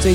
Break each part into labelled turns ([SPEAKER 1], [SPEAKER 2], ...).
[SPEAKER 1] 最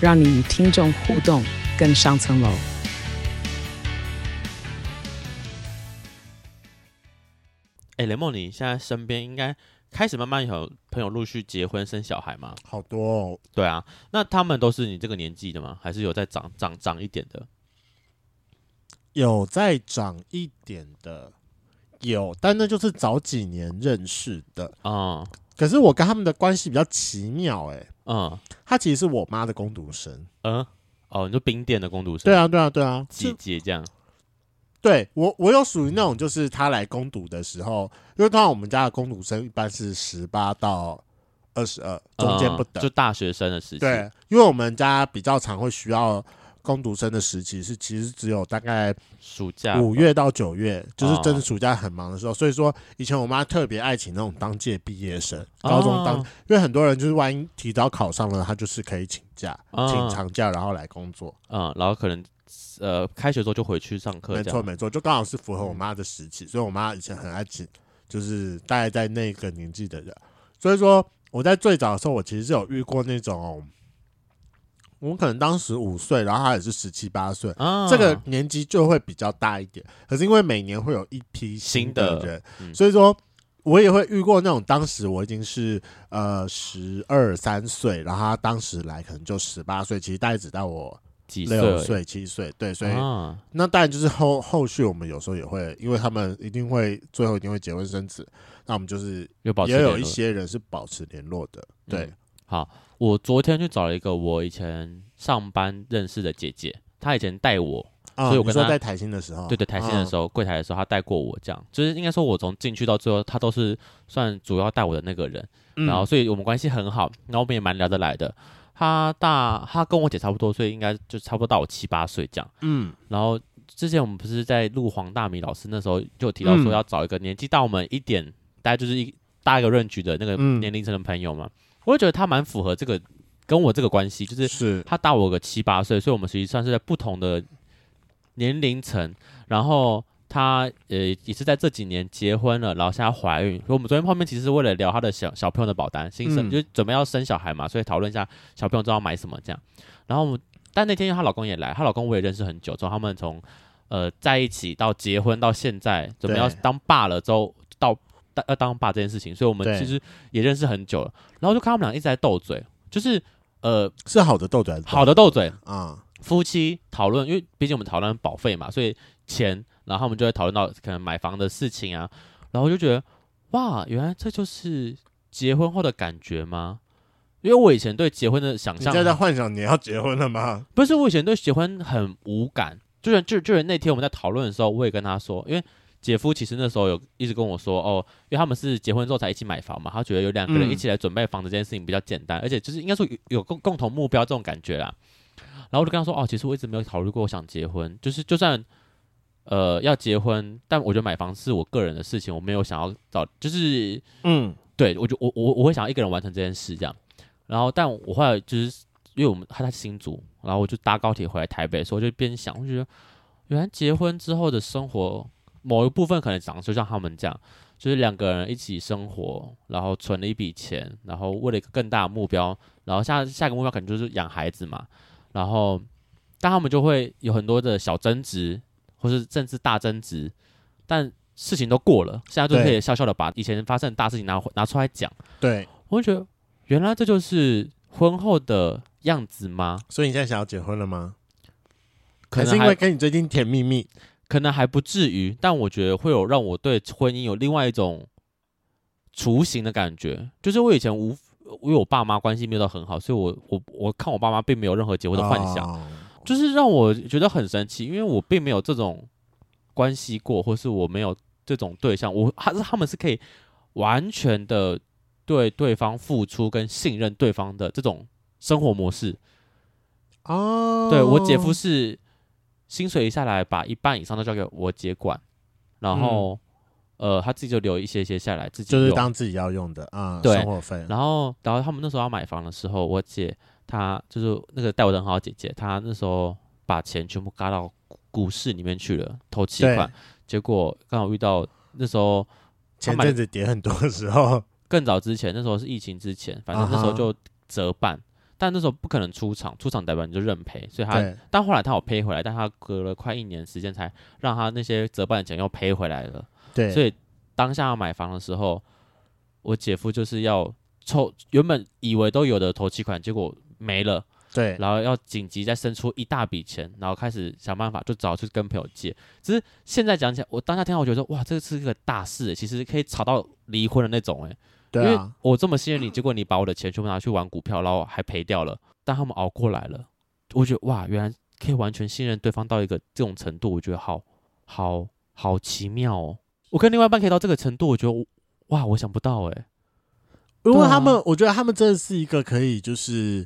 [SPEAKER 1] 让你与听众互动更上层楼。
[SPEAKER 2] 哎，雷梦，你现在身边应该开始慢慢有朋友陆续结婚生小孩吗？
[SPEAKER 3] 好多哦，
[SPEAKER 2] 对啊，那他们都是你这个年纪的吗？还是有在长长长一点的？
[SPEAKER 3] 有再长一点的，有，但那就是早几年认识的。
[SPEAKER 2] 嗯
[SPEAKER 3] 可是我跟他们的关系比较奇妙、欸，
[SPEAKER 2] 嗯
[SPEAKER 3] 他其实是我妈的工读生。
[SPEAKER 2] 嗯，哦，你说冰店的工读生，
[SPEAKER 3] 对，啊，对啊，对啊，
[SPEAKER 2] 姐
[SPEAKER 3] 就
[SPEAKER 2] 姐这样，嗯
[SPEAKER 3] 对我，我有属于那种，就是他来攻读的时候，因为通常我们家的攻读生一般是十八到二十二，中间不
[SPEAKER 2] 嗯
[SPEAKER 3] 等。
[SPEAKER 2] 就大学生的时期，
[SPEAKER 3] 对，因为我们家比较常会需要攻读生的时期是，其实只有大概
[SPEAKER 2] 暑假
[SPEAKER 3] 五月到九月，就是真
[SPEAKER 2] 哦
[SPEAKER 3] 的暑假很忙的时候。所以说，以前我妈特别爱请那种当届毕业生，高中当，
[SPEAKER 2] 哦
[SPEAKER 3] 因为很多人就是万一提早考上了，他就是可以请假，
[SPEAKER 2] 哦
[SPEAKER 3] 请长假然后来工作。
[SPEAKER 2] 嗯，然后可能呃开学之后就回去上课
[SPEAKER 3] 没
[SPEAKER 2] 这
[SPEAKER 3] 错
[SPEAKER 2] 样，
[SPEAKER 3] 没错，就刚好是符
[SPEAKER 2] 嗯
[SPEAKER 3] 合我妈的时期，所以我妈以前很爱请，就是大概在那个年纪的人。所以说我在最早的时候，我其实是有遇过那种，我可能当时五岁，然后她也是十七八岁。
[SPEAKER 2] 啊，
[SPEAKER 3] 这个年纪就会比较大一点，可是因为每年会有一批
[SPEAKER 2] 新
[SPEAKER 3] 的
[SPEAKER 2] 的
[SPEAKER 3] 人，
[SPEAKER 2] 嗯
[SPEAKER 3] 所以说我也会遇过那种当时我已经是呃十二三岁，然后他当时来可能就十八岁，其实大概只到我
[SPEAKER 2] 几岁
[SPEAKER 3] 六
[SPEAKER 2] 而已
[SPEAKER 3] 岁七岁，对，所以
[SPEAKER 2] 啊，
[SPEAKER 3] 那当然就是后后续我们有时候也会，因为他们一定会最后一定会结婚生子，那我们就是
[SPEAKER 2] 又保持
[SPEAKER 3] 也有
[SPEAKER 2] 联
[SPEAKER 3] 一
[SPEAKER 2] 络
[SPEAKER 3] 些人是保持联络的，对
[SPEAKER 2] 嗯，好，我昨天去找了一个我以前上班认识的姐姐，她以前带我，
[SPEAKER 3] 啊，
[SPEAKER 2] 嗯所以我
[SPEAKER 3] 你
[SPEAKER 2] 跟
[SPEAKER 3] 说
[SPEAKER 2] 他
[SPEAKER 3] 在台新的时候，
[SPEAKER 2] 对对，台新
[SPEAKER 3] 嗯
[SPEAKER 2] 的时候，柜台的时候，她带过我，这样，就是应该说，我从进去到最后，她都是算主要带我的那个人，
[SPEAKER 3] 嗯，
[SPEAKER 2] 然后所以我们关系很好，然后我们也蛮聊得来的。她大，她跟我姐差不多，所以应该就差不多到我七八岁这样。
[SPEAKER 3] 嗯
[SPEAKER 2] 然后之前我们不是在录黄大米老师那时候就有提到说
[SPEAKER 3] 嗯
[SPEAKER 2] 要找一个年纪大我们一点，大概就是一大一个 range 的那个
[SPEAKER 3] 嗯
[SPEAKER 2] 年龄层的朋友嘛，我就觉得他蛮符合这个跟我这个关系，就是
[SPEAKER 3] 是
[SPEAKER 2] 他大我个七八岁，所以我们实际上是在不同的年龄层，然后。他呃也是在这几年结婚了，然后现在怀孕。所以我们昨天碰面其实是为了聊他的小小朋友的保单，新生、
[SPEAKER 3] 嗯
[SPEAKER 2] 就准备要生小孩嘛，所以讨论一下小朋友知道买什么这样。然后我们但那天因为她老公也来，她老公我也认识很久，之后他们从呃在一起到结婚到现在，准备要
[SPEAKER 3] 对
[SPEAKER 2] 当爸了之后到当要当爸这件事情，所以我们
[SPEAKER 3] 对
[SPEAKER 2] 其实也认识很久了。然后就看他们俩一直在斗嘴，就是呃
[SPEAKER 3] 是好的豆子还是不
[SPEAKER 2] 好的斗嘴，
[SPEAKER 3] 啊，
[SPEAKER 2] 夫妻讨论，因为毕竟我们讨论保费嘛，所以钱，然后我们就会讨论到可能买房的事情啊，然后我就觉得哇，原来这就是结婚后的感觉吗？因为我以前对结婚的想
[SPEAKER 3] 你
[SPEAKER 2] 象
[SPEAKER 3] 现在在幻想你要结婚了吗？
[SPEAKER 2] 不是，我以前对结婚很无感，就是就就是那天我们在讨论的时候，我也跟他说，因为姐夫其实那时候有一直跟我说，哦，因为他们是结婚之后才一起买房嘛，他觉得有两个人
[SPEAKER 3] 嗯
[SPEAKER 2] 一起来准备房子这件事情比较简单，而且就是应该说有有共共同目标这种感觉啦。然后我就跟他说，哦，其实我一直没有考虑过我想结婚，就是就算呃要结婚，但我觉得买房是我个人的事情，我没有想要找，就是
[SPEAKER 3] 嗯，
[SPEAKER 2] 对我就我我我会想要一个人完成这件事这样。然后，但我后来就是因为我们他在新竹，然后我就搭高铁回来台北的时候，我就边想，我就觉得原来结婚之后的生活某一部分可能长得就像他们这样，就是两个人一起生活，然后存了一笔钱，然后为了一个更大的目标，然后下下一个目标可能就是养孩子嘛，然后但他们就会有很多的小争执，或是甚至大争执，但事情都过了，现在就可以
[SPEAKER 3] 对
[SPEAKER 2] 笑笑的把以前发生的大事情拿拿出来讲，
[SPEAKER 3] 对，
[SPEAKER 2] 我就觉得原来这就是婚后的样子吗？
[SPEAKER 3] 所以你现在想要结婚了吗？
[SPEAKER 2] 可
[SPEAKER 3] 还是
[SPEAKER 2] 能
[SPEAKER 3] 因为
[SPEAKER 2] 还
[SPEAKER 3] 跟你最近甜蜜蜜，
[SPEAKER 2] 可能还不至于，但我觉得会有让我对婚姻有另外一种雏形的感觉。就是我以前无，我有爸妈关系没有到很好，所以我我我看我爸妈并没有任何结
[SPEAKER 3] 我
[SPEAKER 2] 婚的幻
[SPEAKER 3] 哦
[SPEAKER 2] 想，就是让我觉得很神奇，因为我并没有这种关系过，或是我没有这种对象，我还是他们是可以完全的对对方付出跟信任对方的这种生活模式。
[SPEAKER 3] 哦，
[SPEAKER 2] 对我姐夫是薪水一下来，把一半以上都交给我姐管，然后、呃他自己就留一些些下来自己
[SPEAKER 3] 就是
[SPEAKER 2] 用
[SPEAKER 3] 当自己要用的啊，
[SPEAKER 2] 对
[SPEAKER 3] 生活费。
[SPEAKER 2] 然后，然后他们那时候要买房的时候，我姐她就是那个带我的很好的姐姐，她那时候把钱全部嘎到股股市里面去了，投期
[SPEAKER 3] 对
[SPEAKER 2] 款。结果刚好遇到那时候
[SPEAKER 3] 前
[SPEAKER 2] 买
[SPEAKER 3] 阵子跌很多的时候，
[SPEAKER 2] 更早之前，那时候是疫情之前，反正
[SPEAKER 3] 啊哈
[SPEAKER 2] 那时候就折半。但那时候不可能出场，出场代表你就认赔，所以 他，
[SPEAKER 3] 对，
[SPEAKER 2] 但后来他有赔回来，但他隔了快一年时间才让他那些折半的钱又赔回来了。
[SPEAKER 3] 对，
[SPEAKER 2] 所以当下要买房的时候，我姐夫就是要抽原本以为都有的头期款，结果没了，
[SPEAKER 3] 对，
[SPEAKER 2] 然后要紧急再生出一大笔钱，然后开始想办法就找去跟朋友借。只是现在讲起来，我当下听到我觉得说，哇，这是个大事，欸其实可以吵到离婚的那种哎、因
[SPEAKER 3] 对
[SPEAKER 2] 为
[SPEAKER 3] 啊，
[SPEAKER 2] 我这么信任你，结果你把我的钱全部拿去玩股票，然后还赔掉了，但他们熬过来了，我觉得哇，原来可以完全信任对方到一个这种程度，我觉得好好好奇妙哦。我跟另外一半可以到这个程度，我觉得我哇，我想不到哎、对
[SPEAKER 3] 因为
[SPEAKER 2] 啊
[SPEAKER 3] 他们，我觉得他们真的是一个可以就是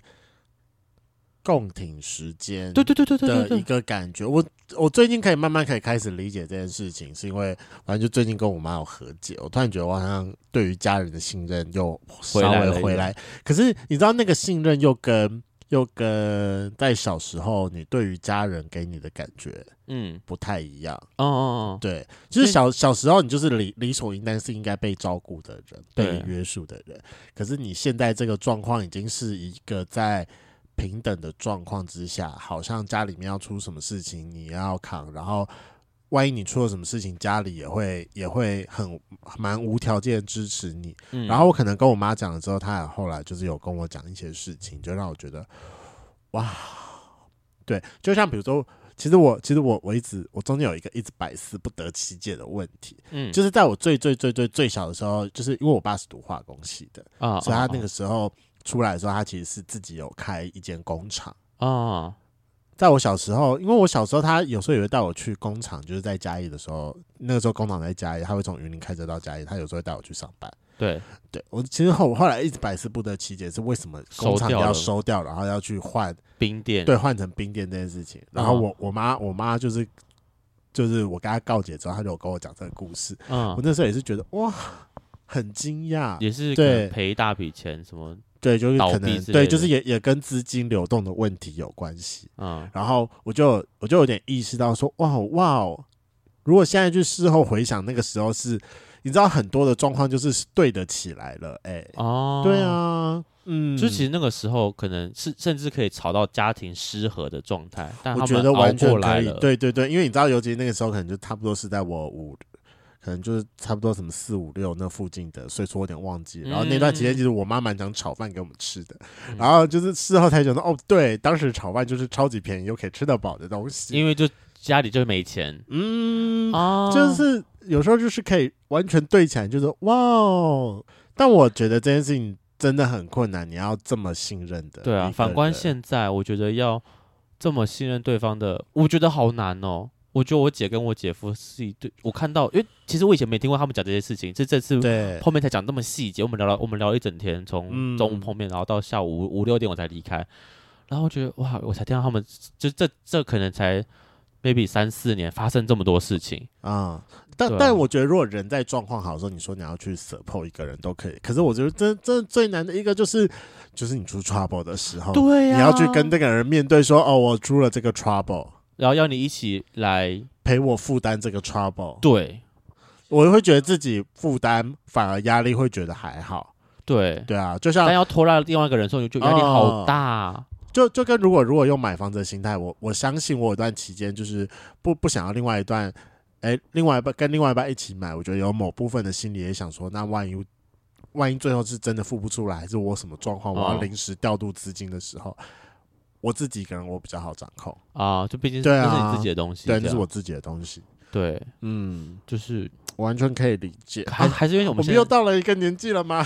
[SPEAKER 3] 共挺时间，
[SPEAKER 2] 对对对对对对
[SPEAKER 3] 的
[SPEAKER 2] 对，
[SPEAKER 3] 一个感觉。我我最近可以慢慢可以开始理解这件事情，是因为反正就最近跟我妈有和解，我突然觉得我好像对于家人的信任又稍
[SPEAKER 2] 回来了
[SPEAKER 3] 微
[SPEAKER 2] 一点
[SPEAKER 3] 回来。可是你知道那个信任又跟又跟在小时候你对于家人给你的感觉
[SPEAKER 2] 嗯，
[SPEAKER 3] 不太一样。
[SPEAKER 2] 哦哦哦，
[SPEAKER 3] 对，就
[SPEAKER 2] 所以
[SPEAKER 3] 是小小时候你就是理理所应当是应该被照顾的人，
[SPEAKER 2] 对
[SPEAKER 3] 被约束的人。可是你现在这个状况已经是一个在平等的状况之下，好像家里面要出什么事情你要扛，然后万一你出了什么事情，家里也会也会很蛮无条件地支持你。
[SPEAKER 2] 嗯，
[SPEAKER 3] 然后我可能跟我妈讲了之后，她也后来就是有跟我讲一些事情，就让我觉得，哇，对，就像比如说，其实我其实我我一直我中间有一个一直百思不得其解的问题，
[SPEAKER 2] 嗯
[SPEAKER 3] 就是在我最最最最最小的时候，就是因为我爸是读化工系的，
[SPEAKER 2] 啊
[SPEAKER 3] 所以他那个
[SPEAKER 2] 啊
[SPEAKER 3] 时候出来的时候，他其实是自己有开一间工厂。
[SPEAKER 2] 啊啊
[SPEAKER 3] 在我小时候，因为我小时候，他有时候也会带我去工厂，就是在嘉义的时候，那个时候工厂在嘉义，他会从云林开车到嘉义，他有时候会带我去上班。
[SPEAKER 2] 对，
[SPEAKER 3] 对我其实后我后来一直百思不得其解，是为什么工
[SPEAKER 2] 收
[SPEAKER 3] 厂
[SPEAKER 2] 掉了
[SPEAKER 3] 要收掉，然后要去换
[SPEAKER 2] 冰店
[SPEAKER 3] 对换成冰店这件事情。然后
[SPEAKER 2] 嗯
[SPEAKER 3] 我我妈我妈就是就是我跟她告解之后，她就有跟我讲这个故事。我
[SPEAKER 2] 嗯，
[SPEAKER 3] 那时候也是觉得哇，很惊讶，
[SPEAKER 2] 也是可
[SPEAKER 3] 对
[SPEAKER 2] 能赔一大笔钱什么，
[SPEAKER 3] 对，就是
[SPEAKER 2] 倒
[SPEAKER 3] 可
[SPEAKER 2] 闭
[SPEAKER 3] 能
[SPEAKER 2] 之类的
[SPEAKER 3] 对，就是也也跟资金流动的问题有关系。
[SPEAKER 2] 嗯
[SPEAKER 3] 然后我就我就有点意识到说，哇哇哦，如果现在去事后回想，那个时候是你知道很多的状况就是是对得起来了，哎、
[SPEAKER 2] 哦，
[SPEAKER 3] 对啊，嗯，
[SPEAKER 2] 就其实那个时候可能是甚至可以吵到家庭失和的状态，但
[SPEAKER 3] 我
[SPEAKER 2] 他
[SPEAKER 3] 觉
[SPEAKER 2] 们
[SPEAKER 3] 得
[SPEAKER 2] 熬
[SPEAKER 3] 完全
[SPEAKER 2] 过
[SPEAKER 3] 可
[SPEAKER 2] 来
[SPEAKER 3] 以
[SPEAKER 2] 了，，
[SPEAKER 3] 对对对，因为你知道，尤其那个时候可能就差不多是在我五，可能就是差不多什么四五六那附近的，所以说我有点忘记了。然后那段期间，
[SPEAKER 2] 嗯
[SPEAKER 3] 其实我妈蛮常炒饭给我们吃的，
[SPEAKER 2] 嗯
[SPEAKER 3] 然后就是事后才觉得，哦，对，当时炒饭就是超级便宜又可以吃得饱的东西。
[SPEAKER 2] 因为就家里就没钱
[SPEAKER 3] 嗯，
[SPEAKER 2] 啊，
[SPEAKER 3] 就是有时候就是可以完全对起来，就是哇哦。但我觉得这件事情真的很困难，你要这么信任的。
[SPEAKER 2] 对啊。反观，现在，我觉得要这么信任对方的，我觉得好难哦。我觉得我姐跟我姐夫是一对，我看到，因为其实我以前没听过他们讲这些事情，是这次
[SPEAKER 3] 对
[SPEAKER 2] 后面才讲这么细节。我们聊了，我们聊了一整天，从
[SPEAKER 3] 嗯
[SPEAKER 2] 中午碰面，然后到下午五五六点我才离开。然后我觉得哇，我才听到他们，就这这可能才 maybe 三四年发生这么多事情。
[SPEAKER 3] 啊、但
[SPEAKER 2] 对啊
[SPEAKER 3] 但我觉得，如果人在状况好的时候，你说你要去 support 一个人都可以。可是我觉得真真最难的一个就是，就是你出 trouble 的时候，
[SPEAKER 2] 对
[SPEAKER 3] 哦
[SPEAKER 2] 啊
[SPEAKER 3] 你要去跟那个人面对说，哦，我出了这个 trouble，
[SPEAKER 2] 然后要你一起来，
[SPEAKER 3] 陪我负担这个 trouble，
[SPEAKER 2] 对
[SPEAKER 3] 我会觉得自己负担反而压力会觉得还好。
[SPEAKER 2] 对，
[SPEAKER 3] 对啊，就哦
[SPEAKER 2] 但
[SPEAKER 3] 像
[SPEAKER 2] 要拖拉另外一个人的时候，你就压力好大啊，
[SPEAKER 3] 就就跟如果如果用买房子的心态，我我相信我有段期间就是不不想要另外一段，哎，另外一半跟另外一半一起买，我觉得有某部分的心理也想说，那万一万一最后是真的付不出来，还是我什么状况，
[SPEAKER 2] 哦
[SPEAKER 3] 我要临时调度资金的时候，我自己一个人我比较好掌控，
[SPEAKER 2] 就毕竟
[SPEAKER 3] 对
[SPEAKER 2] 那
[SPEAKER 3] 啊
[SPEAKER 2] 是你自己的东西，
[SPEAKER 3] 对，那
[SPEAKER 2] 这
[SPEAKER 3] 是
[SPEAKER 2] 样
[SPEAKER 3] 我自己的东西，
[SPEAKER 2] 对，
[SPEAKER 3] 嗯，
[SPEAKER 2] 就是
[SPEAKER 3] 完全可以理解。
[SPEAKER 2] 还还是因为我
[SPEAKER 3] 我
[SPEAKER 2] 们
[SPEAKER 3] 们
[SPEAKER 2] 现
[SPEAKER 3] 又
[SPEAKER 2] 在
[SPEAKER 3] 到了一个年纪了吗？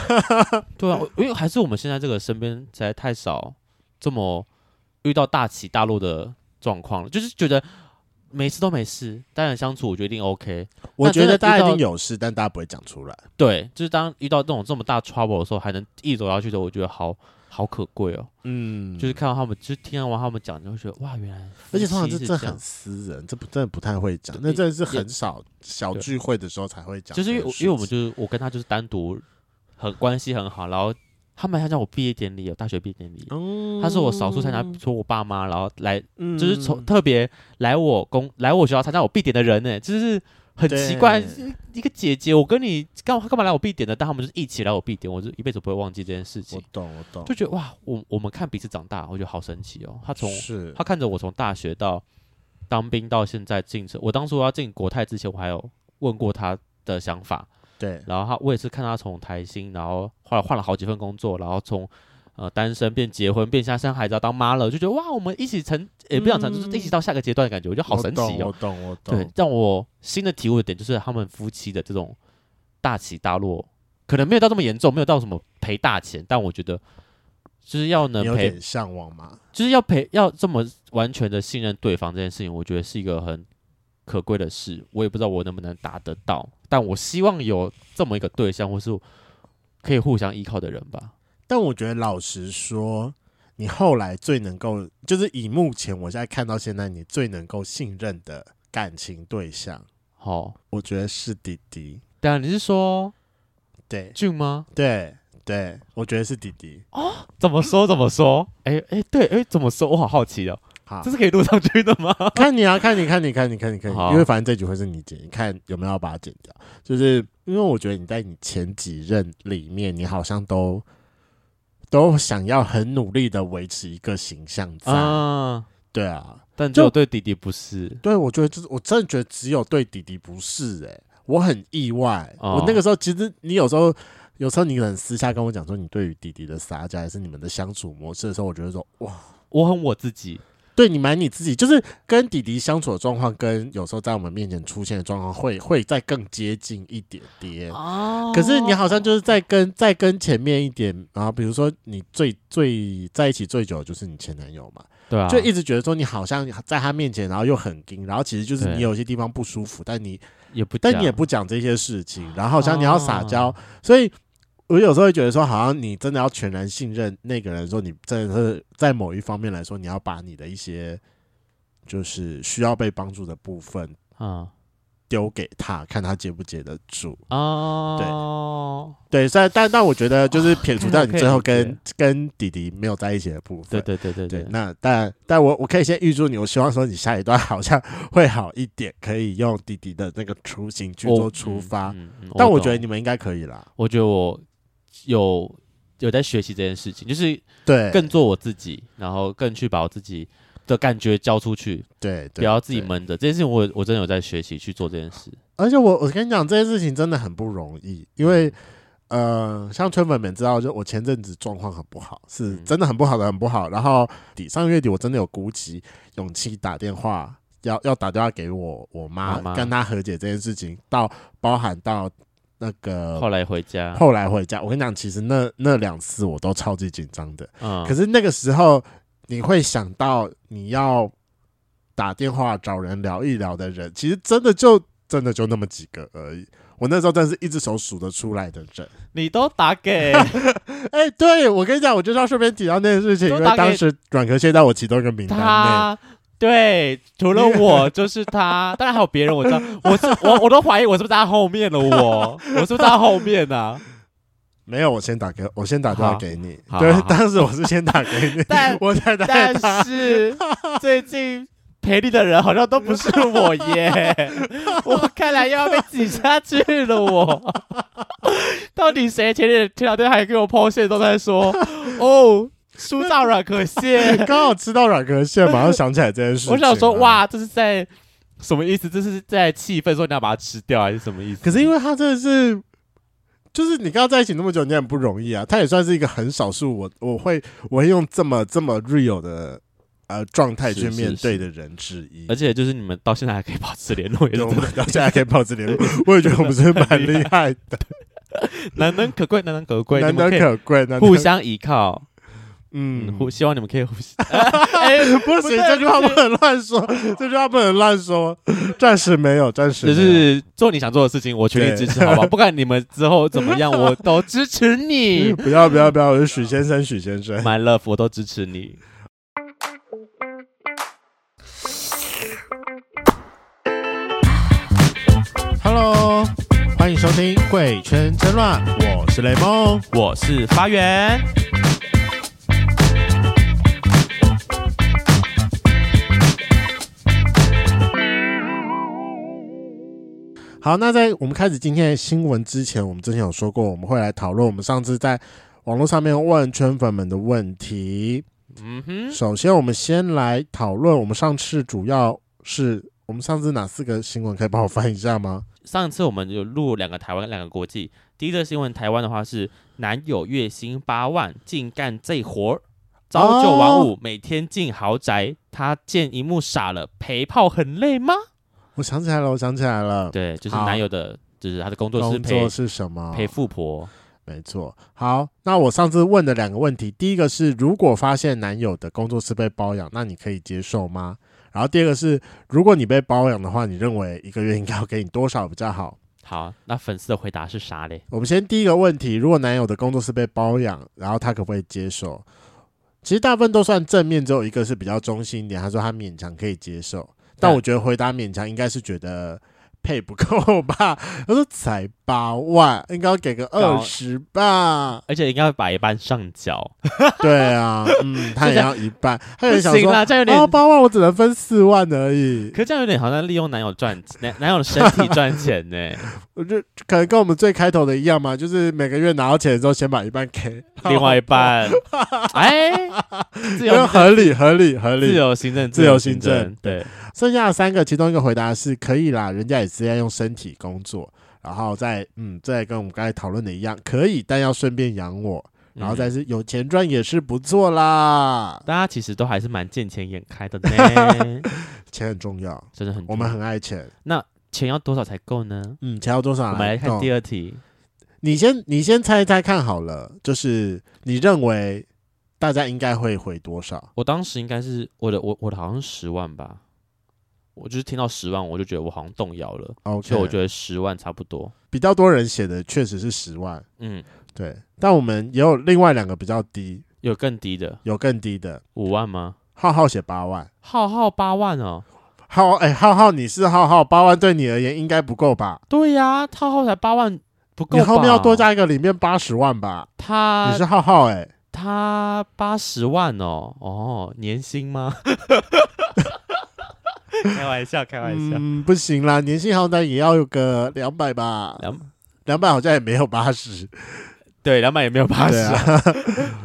[SPEAKER 2] 对啊，因为还是我们现在这个身边实在太少这么遇到大起大落的状况了，就是觉得每次都没事，当然相处我觉得一定 OK，
[SPEAKER 3] 我觉得大
[SPEAKER 2] 遇
[SPEAKER 3] 家
[SPEAKER 2] 到
[SPEAKER 3] 一定有事，但大家不会讲出来。
[SPEAKER 2] 对，就是当遇到这种这么大 trouble 的时候，还能一直走下去的，我觉得好好可贵哦。
[SPEAKER 3] 嗯，
[SPEAKER 2] 就是看到他们，就是听完他们讲，就会觉得哇，原来夫
[SPEAKER 3] 而且通常
[SPEAKER 2] 妻
[SPEAKER 3] 这
[SPEAKER 2] 是
[SPEAKER 3] 这
[SPEAKER 2] 样
[SPEAKER 3] 很私人，这不真的不太会讲，
[SPEAKER 2] 对
[SPEAKER 3] 那真的是
[SPEAKER 2] 也
[SPEAKER 3] 很少小
[SPEAKER 2] 对
[SPEAKER 3] 聚会的时候才会讲这
[SPEAKER 2] 就是因
[SPEAKER 3] 件事情。
[SPEAKER 2] 为我因为我们就是我跟他就是单独很关系很好，然后他们还参加我毕业典礼，我大学毕业典礼，
[SPEAKER 3] 嗯
[SPEAKER 2] 他是我少数参加，除我爸妈，然后来
[SPEAKER 3] 嗯
[SPEAKER 2] 就是从特别来我公来我学校参加我必点的人呢，就是很奇怪
[SPEAKER 3] 对，
[SPEAKER 2] 一个姐姐，我跟你干嘛干嘛来我必点的，但他们就是一起来我必点，我就一辈子不会忘记这件事
[SPEAKER 3] 我
[SPEAKER 2] 情，
[SPEAKER 3] 懂我懂，
[SPEAKER 2] 就觉得哇，我我们看彼此长大，我觉得好神奇哦，他从
[SPEAKER 3] 是
[SPEAKER 2] 他看着我从大学到当兵到现在进社，我当初要进国泰之前，我还有问过他的想法，
[SPEAKER 3] 对
[SPEAKER 2] 然后他我也是看他从台新，然后后来换了好几份工作，然后从呃单身变结婚，变现在生孩子要当妈了，就觉得哇，我们一起成也不想成，就是一起到下个阶段的感觉，我觉得好神奇哦。
[SPEAKER 3] 嗯我懂我懂，我
[SPEAKER 2] 对
[SPEAKER 3] 懂，
[SPEAKER 2] 让我新的体悟的点就是他们夫妻的这种大起大落，可能没有到这么严重，没有到什么赔大钱，但我觉得就是要能
[SPEAKER 3] 你有
[SPEAKER 2] 赔
[SPEAKER 3] 点向往嘛？
[SPEAKER 2] 就是要陪要这么完全的信任对方这件事情，我觉得是一个很可贵的事。我也不知道我能不能达得到，但我希望有这么一个对象，或是可以互相依靠的人吧。
[SPEAKER 3] 但我觉得老实说，你后来最能够，就是以目前我现在看到现在，你最能够信任的感情对象，
[SPEAKER 2] 好、
[SPEAKER 3] 我觉得是弟弟。
[SPEAKER 2] 当然你是说
[SPEAKER 3] 对
[SPEAKER 2] 俊吗？
[SPEAKER 3] 对对，我觉得是弟弟。
[SPEAKER 2] 怎么说怎么说？哎、哎、对，哎、怎么说？我好好奇哦，
[SPEAKER 3] 好
[SPEAKER 2] 这，是可以录上去的吗？
[SPEAKER 3] 看你啊，看你，看你，看你，看你，看你，
[SPEAKER 2] 好
[SPEAKER 3] 因为反正这局会是你剪，你看有没有要把它剪掉？就是因为我觉得你在你前几任里面，你好像都都想要很努力的维持一个形象 在，
[SPEAKER 2] 啊，
[SPEAKER 3] 对啊，
[SPEAKER 2] 但
[SPEAKER 3] 就
[SPEAKER 2] 就对弟弟不是
[SPEAKER 3] 对，我觉得就是我真的觉得只有对弟弟不是哎、我很意外。
[SPEAKER 2] 哦
[SPEAKER 3] 我那个时候其实你有时候有时候你可能私下跟我讲说你对于弟弟的撒娇还是你们的相处模式的时候，我觉得说哇，
[SPEAKER 2] 我很我自己，
[SPEAKER 3] 对你瞒你自己，就是跟弟弟相处的状况跟有时候在我们面前出现的状况会会再更接近一点点。
[SPEAKER 2] 哦
[SPEAKER 3] 可是你好像就是在跟在跟前面一点，然后比如说你最最在一起最久的就是你前男友嘛，
[SPEAKER 2] 对啊，
[SPEAKER 3] 就一直觉得说你好像在他面前，然后又很硬，然后其实就是你
[SPEAKER 2] 对
[SPEAKER 3] 有些地方不舒服，但你
[SPEAKER 2] 也不
[SPEAKER 3] 但
[SPEAKER 2] 讲
[SPEAKER 3] 你也不讲这些事情，然后好像你要
[SPEAKER 2] 哦
[SPEAKER 3] 撒娇，所以我有时候会觉得说，好像你真的要全然信任那个人的时候，说你真的是在某一方面来说，你要把你的一些就是需要被帮助的部分
[SPEAKER 2] 啊
[SPEAKER 3] 丢给他，看他接不接得住。
[SPEAKER 2] 啊
[SPEAKER 3] 对对，虽然但但我觉得就是撇除掉你
[SPEAKER 2] 哦可以
[SPEAKER 3] 最后
[SPEAKER 2] 理解
[SPEAKER 3] 跟跟弟弟没有在一起的部分
[SPEAKER 2] 对，对对对
[SPEAKER 3] 对，那但但我我可以先预祝你，我希望说你下一段好像会好一点，可以用弟弟的那个雏形去
[SPEAKER 2] 我
[SPEAKER 3] 做出发。
[SPEAKER 2] 嗯嗯嗯
[SPEAKER 3] 但我
[SPEAKER 2] 懂
[SPEAKER 3] 觉得你们应该可以啦，
[SPEAKER 2] 我觉得我有有在学习这件事情，就是
[SPEAKER 3] 对，
[SPEAKER 2] 更做我自己，然后更去把我自己的感觉交出去，
[SPEAKER 3] 对，
[SPEAKER 2] 不
[SPEAKER 3] 对
[SPEAKER 2] 要自己
[SPEAKER 3] 对
[SPEAKER 2] 闷着。这件事情我我真的有在学习去做这件事。
[SPEAKER 3] 而且我我跟你讲，这件事情真的很不容易，因为
[SPEAKER 2] 嗯
[SPEAKER 3] 呃，像圈粉们知道，就我前阵子状况很不好，是
[SPEAKER 2] 嗯
[SPEAKER 3] 真的很不好的，很不好。然后底上个月底，我真的有鼓起勇气打电话。要要打电话给我我妈
[SPEAKER 2] 妈，妈
[SPEAKER 3] 跟她和解这件事情，到包含到那个
[SPEAKER 2] 后来回家，
[SPEAKER 3] 哦后来回家，我跟你讲，其实那那两次我都超级紧张的。
[SPEAKER 2] 嗯，
[SPEAKER 3] 可是那个时候，你会想到你要打电话找人聊一聊的人，其实真的就真的就那么几个而已。我那时候真的是一只手数得出来的人。
[SPEAKER 2] 你都打 给
[SPEAKER 3] 哎、对我跟你讲，我就是要顺便提到那件事情，因
[SPEAKER 2] 都
[SPEAKER 3] 为
[SPEAKER 2] 打给
[SPEAKER 3] 当时软壳蟹在我其中一个名单内。
[SPEAKER 2] 他。对，除了我就是 他，当然还有别人，我知道，我是我我都怀疑我是不是在他后面了，我我是不是在他后面呢、啊？
[SPEAKER 3] 没有，我先打给，我先打电话给你。
[SPEAKER 2] 好
[SPEAKER 3] 对
[SPEAKER 2] 好，好
[SPEAKER 3] 当时我是先打给你，
[SPEAKER 2] 但
[SPEAKER 3] 我才打给 他
[SPEAKER 2] 但是最近陪你的人好像都不是我耶， 我看来又要被挤下去了 我。到底谁前天前两天还给我抛线都在说哦，输到软可蟹，
[SPEAKER 3] 刚好吃到软壳蟹， 马上想起来这件事情。啊
[SPEAKER 2] 我想说，哇，这是在。什么意思？这是在气愤，说你要把它吃掉，还是什么意思？
[SPEAKER 3] 可是因为他真的是，就是你跟他在一起那么久，你很不容易啊。他也算是一个很少数我我会我会用这么这么 real 的呃状态去
[SPEAKER 2] 是是
[SPEAKER 3] 面对的人之一。
[SPEAKER 2] 而且就是你们到现在还可以保持联络，也
[SPEAKER 3] 对
[SPEAKER 2] 是
[SPEAKER 3] 我们到现在还可以保持联 络，我也觉得我们真的蛮厉害的，
[SPEAKER 2] 难能可贵，难能可贵，
[SPEAKER 3] 难
[SPEAKER 2] 你们
[SPEAKER 3] 能
[SPEAKER 2] 可以
[SPEAKER 3] 可贵，难能
[SPEAKER 2] 互相依靠。
[SPEAKER 3] 嗯
[SPEAKER 4] 嗯，，呼希望你们可以呼吸。
[SPEAKER 3] 不行，这句话不能乱说，这句话不能乱说，暂时没有，暂时
[SPEAKER 4] 只
[SPEAKER 3] 没有
[SPEAKER 4] 是做你想做的事情，我全力支持，好不好？不管你们之后 怎么样，我都支持你
[SPEAKER 3] 不要不要不要，我是许先生，许先生。
[SPEAKER 4] ，My love，我都支持你。
[SPEAKER 3] Hello，欢迎收听《贵圈争乱》，我是雷梦。
[SPEAKER 4] 我是发源，
[SPEAKER 3] 好，那在我们开始今天的新闻之前，我们之前有说过，我们会来讨论我们上次在网络上面问圈粉们的问题。
[SPEAKER 4] 嗯哼，
[SPEAKER 3] 首先，我们先来讨论我们上次主要是我们上次哪四个新闻，可以帮我翻一下 吗？
[SPEAKER 4] 上次我们有录两个台湾，两个国际。第一则新闻，台湾的话是男友月薪八万，竟干这活儿，朝九晚五，每天进豪宅。他见一幕傻了，陪泡很累吗？
[SPEAKER 3] 我想起来了，我想起来了，
[SPEAKER 4] 对，就是
[SPEAKER 3] 好
[SPEAKER 4] 男友的，就是他的工作是
[SPEAKER 3] 工
[SPEAKER 4] 陪
[SPEAKER 3] 作是什么？
[SPEAKER 4] 陪富婆。
[SPEAKER 3] 没错。好，那我上次问的两个问题，第一个是如果发现男友的工作是被包养，那你可以接受吗？然后第二个是，如果你被包养的话，你认为一个月应该要给你多少比较好？
[SPEAKER 4] 好，那粉丝的回答是啥嘞？
[SPEAKER 3] 我们先第一个问题，如果男友的工作是被包养，然后他可不可以接受？其实大部分都算正面，只有一个是比较中性一点，他说他勉强可以接受。但
[SPEAKER 4] 嗯
[SPEAKER 3] 我觉得回答勉强应该是觉得配不够吧？ 他说才八万，应该要给个二
[SPEAKER 4] 高
[SPEAKER 3] 十吧。
[SPEAKER 4] 而且应该要把一半上缴，
[SPEAKER 3] 对啊， 嗯，他也要一半，他也
[SPEAKER 4] 不
[SPEAKER 3] 想
[SPEAKER 4] 行
[SPEAKER 3] 说，
[SPEAKER 4] 啦，这样有点
[SPEAKER 3] 哦，八万我只能分四万而已，
[SPEAKER 4] 可这样有点好像利用男友赚男男友的身体赚钱呢，
[SPEAKER 3] 我就可能跟我们最开头的一样嘛，就是每个月拿到钱之后先把一半 给
[SPEAKER 4] 另外一，半，哎，自
[SPEAKER 3] 因为
[SPEAKER 4] 由
[SPEAKER 3] 合理合理合
[SPEAKER 4] 自
[SPEAKER 3] 理。
[SPEAKER 4] 由行政
[SPEAKER 3] 自由行政
[SPEAKER 4] 对，
[SPEAKER 3] 剩下的三个，其中一个回答是可以啦，人家也是在用身体工作，然后再嗯，再跟我们刚才讨论的一样，可以，但要顺便养我，然后
[SPEAKER 4] 嗯
[SPEAKER 3] 再是有钱赚也是不错啦，
[SPEAKER 4] 大家其实都还是蛮见钱眼开 的呢，
[SPEAKER 3] 钱很重要，
[SPEAKER 4] 真的很
[SPEAKER 3] 我们很爱钱，
[SPEAKER 4] 钱要多少才够呢？
[SPEAKER 3] 嗯，钱要多少？
[SPEAKER 4] 我们来看
[SPEAKER 3] 动
[SPEAKER 4] 第二
[SPEAKER 3] 哦
[SPEAKER 4] 题，
[SPEAKER 3] 你先你先猜一猜看好了，就是你认为大家应该会回多少？
[SPEAKER 4] 我当时应该是我的我我的好像十万吧，我就是听到十万我就觉得我好像动摇了，
[SPEAKER 3] OK，
[SPEAKER 4] 所以我觉
[SPEAKER 3] 得
[SPEAKER 4] 得十万差不多，
[SPEAKER 3] 比较多人写的确实是十万，
[SPEAKER 4] 嗯，
[SPEAKER 3] 对，但我们也有另外两个比较低，
[SPEAKER 4] 有更低的
[SPEAKER 3] 有更低的。
[SPEAKER 4] 五万吗？
[SPEAKER 3] 浩浩写八万，
[SPEAKER 4] 浩浩八万哦。
[SPEAKER 3] 浩哎、浩浩你是浩浩，八万对你而言应该不够吧？
[SPEAKER 4] 对呀、他后台八万不够
[SPEAKER 3] 你
[SPEAKER 4] 吧，啊
[SPEAKER 3] 后面要多加一个，里面八十万吧？
[SPEAKER 4] 他
[SPEAKER 3] 你是浩浩哎、
[SPEAKER 4] 他八十万哦，哦，年薪 吗？开玩笑，开玩笑。
[SPEAKER 3] 嗯，不行啦，年薪好歹也要有个两百吧，
[SPEAKER 4] 两
[SPEAKER 3] 两百好像也没有八十，
[SPEAKER 4] 对两百也没有八十、
[SPEAKER 3] 对啊，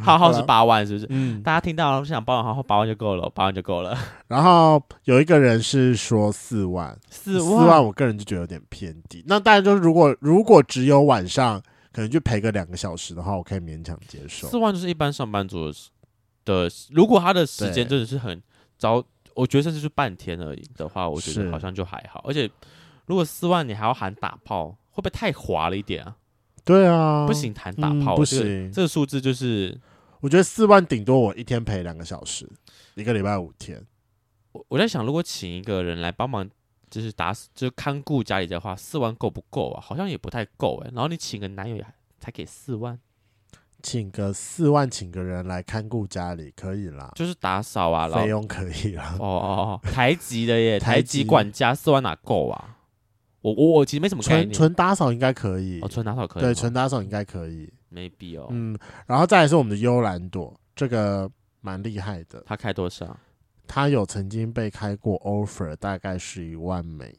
[SPEAKER 4] 浩浩是八万是不是？
[SPEAKER 3] 嗯，
[SPEAKER 4] 大家听到了，不想包养浩浩八万就够了，八万就够了，
[SPEAKER 3] 然后有一个人是说四万，
[SPEAKER 4] 四
[SPEAKER 3] 四万，我个人就觉得有点偏低。那当然就是如果如果只有晚上可能去陪个两个小时的话，我可以勉强接受
[SPEAKER 4] 四。万就是一般上班族的时的，如果他的时
[SPEAKER 3] 对
[SPEAKER 4] 间真的是很早，我觉得甚至是半天而已的话，我觉
[SPEAKER 3] 是
[SPEAKER 4] 得好像就还好。而且如果四万你还要喊打炮，会不会太滑了一点啊？
[SPEAKER 3] 对啊，
[SPEAKER 4] 不，行，谈打
[SPEAKER 3] 嗯
[SPEAKER 4] 炮、
[SPEAKER 3] 不
[SPEAKER 4] 这个
[SPEAKER 3] 行
[SPEAKER 4] 这个数字就是
[SPEAKER 3] 我觉得四万顶多我一天陪两个小时，一个礼拜五天。
[SPEAKER 4] 我我在想，如果请一个人来帮忙，就是打扫就是看顾家里的话，四万够不够啊？好像也不太够哎、然后你请个男友也才给四万，
[SPEAKER 3] 请个四万，请个人来看顾家里可以啦，
[SPEAKER 4] 就是打扫啊，然
[SPEAKER 3] 费
[SPEAKER 4] 后
[SPEAKER 3] 用可以啦。
[SPEAKER 4] 哦哦哦，台籍的 耶，
[SPEAKER 3] 台
[SPEAKER 4] 台籍
[SPEAKER 3] 籍
[SPEAKER 4] 管家四万哪够啊？我我我其实没什么概
[SPEAKER 3] 纯
[SPEAKER 4] 念，
[SPEAKER 3] 纯打扫应该可以，
[SPEAKER 4] 哦纯打扫可以吗，
[SPEAKER 3] 对，纯打扫应该可以。
[SPEAKER 4] maybe 哦，
[SPEAKER 3] 嗯，然后再来是我们的幽兰朵，这个蛮厉害的，
[SPEAKER 4] 他开多少？
[SPEAKER 3] 她有曾经被开过 offer，大概是一万美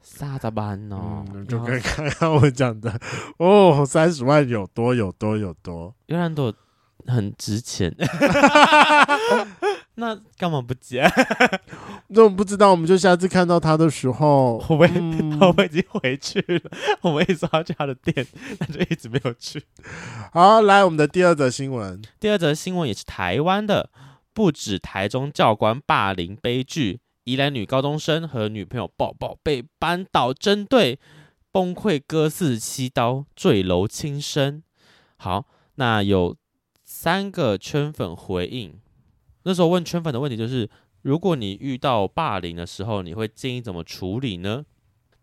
[SPEAKER 4] 三十万哦，
[SPEAKER 3] 嗯，就跟刚刚我讲的， 哦，三十万有多有多有多，
[SPEAKER 4] 原来都很 值钱，那干嘛不接？
[SPEAKER 3] 那我们不知道，我们就下次看到他的时候，
[SPEAKER 4] 会不会
[SPEAKER 3] 嗯
[SPEAKER 4] 我们已经回去了，我们一直要去他的店，但就一直没有去。
[SPEAKER 3] 好，来我们的第二则新闻，
[SPEAKER 4] 第二则新闻也是台湾的，不止台中教官霸凌悲剧，宜兰女高中生和女朋友抱抱被班导针对，崩溃割四十七刀，坠楼轻生。好，那有
[SPEAKER 2] 三个圈粉回应。那时候问圈粉的问题就是：如果你遇到霸凌的时候，你会建议怎么处理呢？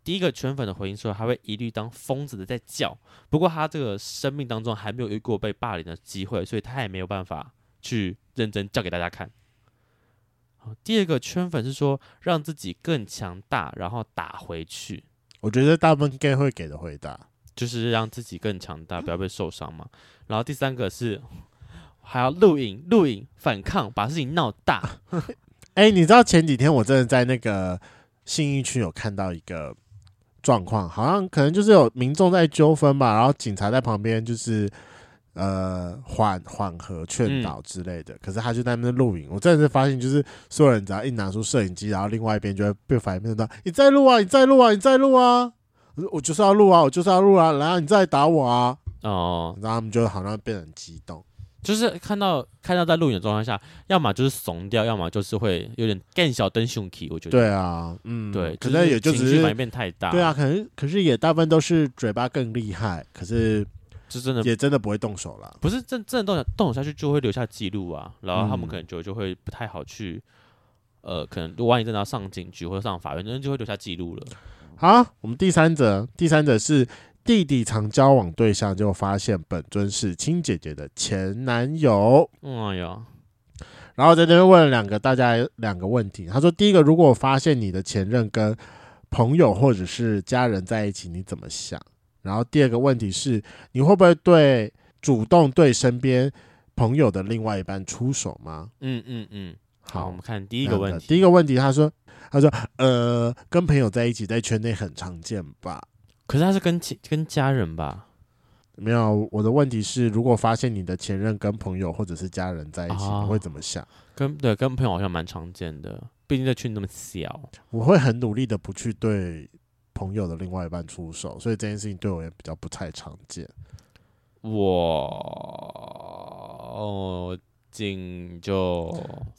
[SPEAKER 2] 第一个圈粉的回应说，他会一律当疯子的在叫。不过他这个生命当中还没有遇过被霸凌的机会，所以他也没有办法去认真叫给大家看。好，第二个圈粉是说让自己更强大，然后打回去。
[SPEAKER 3] 我觉得大部分 gay 会给的回答，
[SPEAKER 2] 就是让自己更强大，不要被受伤嘛。然后第三个是还要录影、录影、反抗，把事情闹大。
[SPEAKER 3] 哎、你知道前几天我真的在那个信义区有看到一个状况，好像可能就是有民众在纠纷吧，然后警察在旁边就是呃缓缓和劝导之类的，可是他就在那边录影。我真的是发现，就是所有人只要一拿出摄影机，然后另外一边就会被反面到你在录啊，你在录啊，你在录啊。我说我就是要录啊，我就是要录啊，然后你再来打我啊，
[SPEAKER 2] 哦、
[SPEAKER 3] 然后他们就好像变得很激动。
[SPEAKER 2] 就是看到看到在录影的状态下，要么就是怂掉，要么就是会有点更小灯熊气。我觉得
[SPEAKER 3] 对啊，嗯，
[SPEAKER 2] 对，
[SPEAKER 3] 可
[SPEAKER 2] 就
[SPEAKER 3] 能也就只
[SPEAKER 2] 情绪反
[SPEAKER 3] 是
[SPEAKER 2] 应变太大，
[SPEAKER 3] 对啊，，可能可是也大部分都是嘴巴更厉害，可
[SPEAKER 2] 嗯
[SPEAKER 3] 是
[SPEAKER 2] 就真的
[SPEAKER 3] 也真的不会动手啦。
[SPEAKER 2] 不是真真的动手动手下去就会留下记录啊，然后他们
[SPEAKER 3] 嗯
[SPEAKER 2] 可能就就会不太好去。呃，可能如果万一真的要上警局或者上法院，那就会留下记录了。
[SPEAKER 3] 好，我们第三者，第三者是弟弟常交往对象，就发现本尊是亲姐姐的前男友，
[SPEAKER 2] 嗯、哎呀，
[SPEAKER 3] 然后在这边问了两个大家两个问题。他说，第一个，如果发现你的前任跟朋友或者是家人在一起，你怎么想？然后第二个问题是，你会不会对主动对身边朋友的另外一半出手吗？
[SPEAKER 2] 嗯嗯嗯，好，我
[SPEAKER 3] 好
[SPEAKER 2] 们，看第一个问题。
[SPEAKER 3] 第一个问题，他说，他说，呃，跟朋友在一起，在圈内很常见吧？
[SPEAKER 2] 可是他是跟亲跟家人吧？
[SPEAKER 3] 没有，我的问题是，如果发现你的前任跟朋友或者是家人在一起，
[SPEAKER 2] 哦
[SPEAKER 3] 你会怎么想？
[SPEAKER 2] 跟对跟朋友好像蛮常见的，毕竟这圈那么小。
[SPEAKER 3] 我会很努力的不去对朋友的另外一半出手，所以这件事情对我也比较不太常见。
[SPEAKER 2] 我哦，进就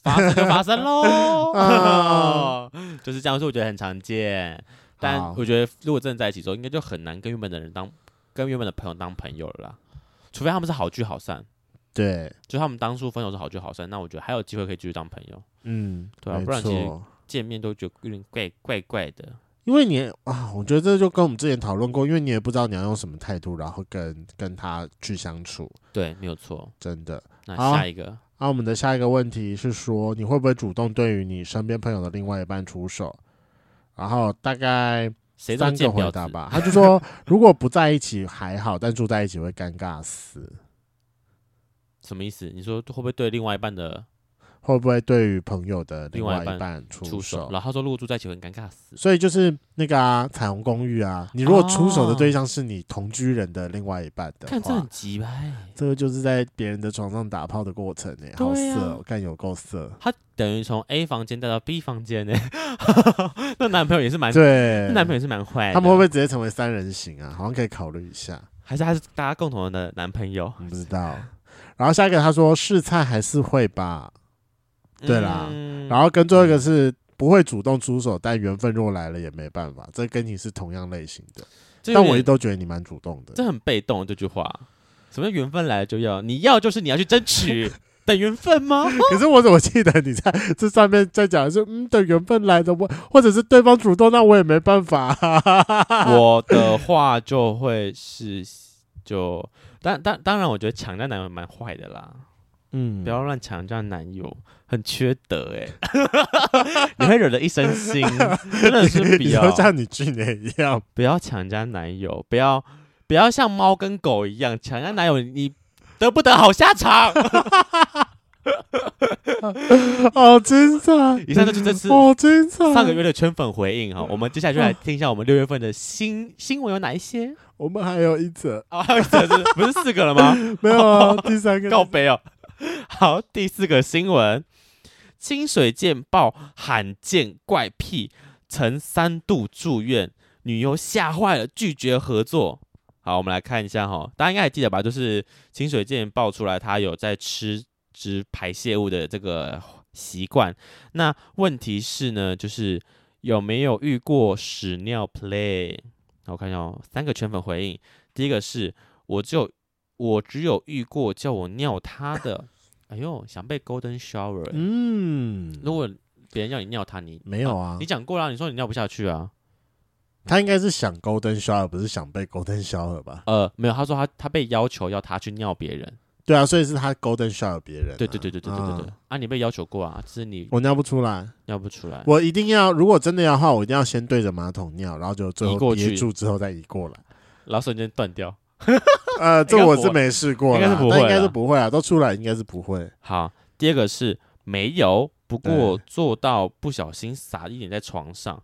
[SPEAKER 2] 发生就发生喽
[SPEAKER 3] 啊，
[SPEAKER 2] 就是这样说，我觉得很常见。但
[SPEAKER 3] 好
[SPEAKER 2] 我觉得如果真的在一起之后，应该就很难跟原本的人当跟原本的朋友当朋友了啦，除非他们是好聚好散。
[SPEAKER 3] 对，
[SPEAKER 2] 就他们当初分手是好聚好散，那我觉得还有机会可以继续当朋友。
[SPEAKER 3] 嗯，
[SPEAKER 2] 对啊
[SPEAKER 3] 没
[SPEAKER 2] 不然其实
[SPEAKER 3] 错，
[SPEAKER 2] 见面都觉得有点怪怪怪的，
[SPEAKER 3] 因为你啊，我觉得这就跟我们之前讨论过，因为你也不知道你要用什么态度，然后跟跟他去相处，
[SPEAKER 2] 对，没有错。
[SPEAKER 3] 真的。
[SPEAKER 2] 那
[SPEAKER 3] 好啊
[SPEAKER 2] 下一个，
[SPEAKER 3] 那、我们的下一个问题是说，你会不会主动对于你身边朋友的另外一半出手？然后大概
[SPEAKER 2] 谁这么
[SPEAKER 3] 三
[SPEAKER 2] 贱
[SPEAKER 3] 个
[SPEAKER 2] 婊
[SPEAKER 3] 回
[SPEAKER 2] 子
[SPEAKER 3] 答？吧。他就说，如果不在一起还好，但住在一起会尴尬死。
[SPEAKER 2] 什么意思？你说会不会对另外一半的
[SPEAKER 3] 会不会对于朋友的另外
[SPEAKER 2] 另外一
[SPEAKER 3] 一半出手？
[SPEAKER 2] 出手？然后他说如果住在一起会很尴尬死。
[SPEAKER 3] 所以就是那个啊，彩虹公寓啊，你如果出手的
[SPEAKER 2] 哦
[SPEAKER 3] 对象是你同居人的另外一半的
[SPEAKER 2] 看这
[SPEAKER 3] 话
[SPEAKER 2] 很，急掰，
[SPEAKER 3] 这个就是在别人的床上打炮的过程哎、好
[SPEAKER 2] 对啊
[SPEAKER 3] 色、哦，看有够色。
[SPEAKER 2] 他等于从 A 房间带到 B 房间呢。 那男朋友也是蛮，
[SPEAKER 3] 对
[SPEAKER 2] 那，男朋友也是蛮坏的。
[SPEAKER 3] 他们会不会直接成为三人行啊？好像可以考虑一下。
[SPEAKER 2] 还是他是大家共同的男朋友？
[SPEAKER 3] 我不知道。然后下一个他说试菜还是会吧，对啦
[SPEAKER 2] 嗯
[SPEAKER 3] 然后跟最后一个是不会主动出手，但缘分若来了也没办法。这跟你是同样类型的，
[SPEAKER 2] 这有
[SPEAKER 3] 但我
[SPEAKER 2] 点
[SPEAKER 3] 也都觉得你蛮主动的。
[SPEAKER 2] 这很被动这句话，什么叫缘分来了就要？你要就是你要去争取，等缘分吗？
[SPEAKER 3] 可是我怎么记得你在 这上面在讲的是嗯等缘分来的，我或者是对方主动，那我也没办法。
[SPEAKER 2] 我的话就会是就，但但当然，我觉得抢占男友蛮坏的啦，
[SPEAKER 3] 嗯
[SPEAKER 2] 不要乱抢占男友，很缺德哎、 你会惹得一身腥，真的是不
[SPEAKER 3] 你
[SPEAKER 2] 要
[SPEAKER 3] 就像你去年一样，
[SPEAKER 2] 不要抢人家男友，不要不要像猫跟狗一样抢人家男友，你得不得好下场？
[SPEAKER 3] 好精彩！
[SPEAKER 2] 以上就是这次
[SPEAKER 3] 好精彩。
[SPEAKER 2] 上个月的圈粉回应哈，我们接下来就来听一下我们六月份的新新闻有哪一些
[SPEAKER 3] 我们还有一则，
[SPEAKER 2] 啊？还有一则是不是四个了 吗？
[SPEAKER 3] 没有啊，第三个
[SPEAKER 2] 告白哦。好，第四个新闻：清水见报罕见怪癖，曾三度住院，女优吓坏了，拒绝合作。好，我们来看一下哈，大家应该还记得吧？就是清水健爆出来，他有在吃吃排泄物的这个习惯。那问题是呢，就是有没有遇过屎尿 play？好我看一下哦，三个圈粉回应，第一个是我只有我只有遇过叫我尿他的，哎呦，想被 golden shower 欸、
[SPEAKER 3] 嗯，
[SPEAKER 2] 如果别人要你尿他，你
[SPEAKER 3] 没有啊
[SPEAKER 2] 你，讲过啦，你说你尿不下去啊？
[SPEAKER 3] 他应该是想 golden shower，不是想被 golden shower 吧？
[SPEAKER 2] 呃，没有，他说他他被要求要他去尿别人。
[SPEAKER 3] 对啊，所以是他 golden shower 别人啊、
[SPEAKER 2] 对对对对对对对对
[SPEAKER 3] 嗯，
[SPEAKER 2] 啊，你被要求过啊，只是你
[SPEAKER 3] 我尿不出来，
[SPEAKER 2] 尿不出来。
[SPEAKER 3] 我一定要，如果真的要的话，我一定要先对着马桶尿，然后就最
[SPEAKER 2] 移过
[SPEAKER 3] 后
[SPEAKER 2] 去
[SPEAKER 3] 憋住之后再移过来。
[SPEAKER 2] 然后瞬间断掉。
[SPEAKER 3] 呃，这
[SPEAKER 2] 应该
[SPEAKER 3] 我
[SPEAKER 2] 不
[SPEAKER 3] 是
[SPEAKER 2] 会
[SPEAKER 3] 没试过
[SPEAKER 2] 应
[SPEAKER 3] 啦，
[SPEAKER 2] 该是不
[SPEAKER 3] 但应
[SPEAKER 2] 会
[SPEAKER 3] 该是
[SPEAKER 2] 啦
[SPEAKER 3] 不会啊，都出来应该是不会。
[SPEAKER 2] 好，第二个是没有，不过
[SPEAKER 3] 对
[SPEAKER 2] 做到不小心撒一点在床上，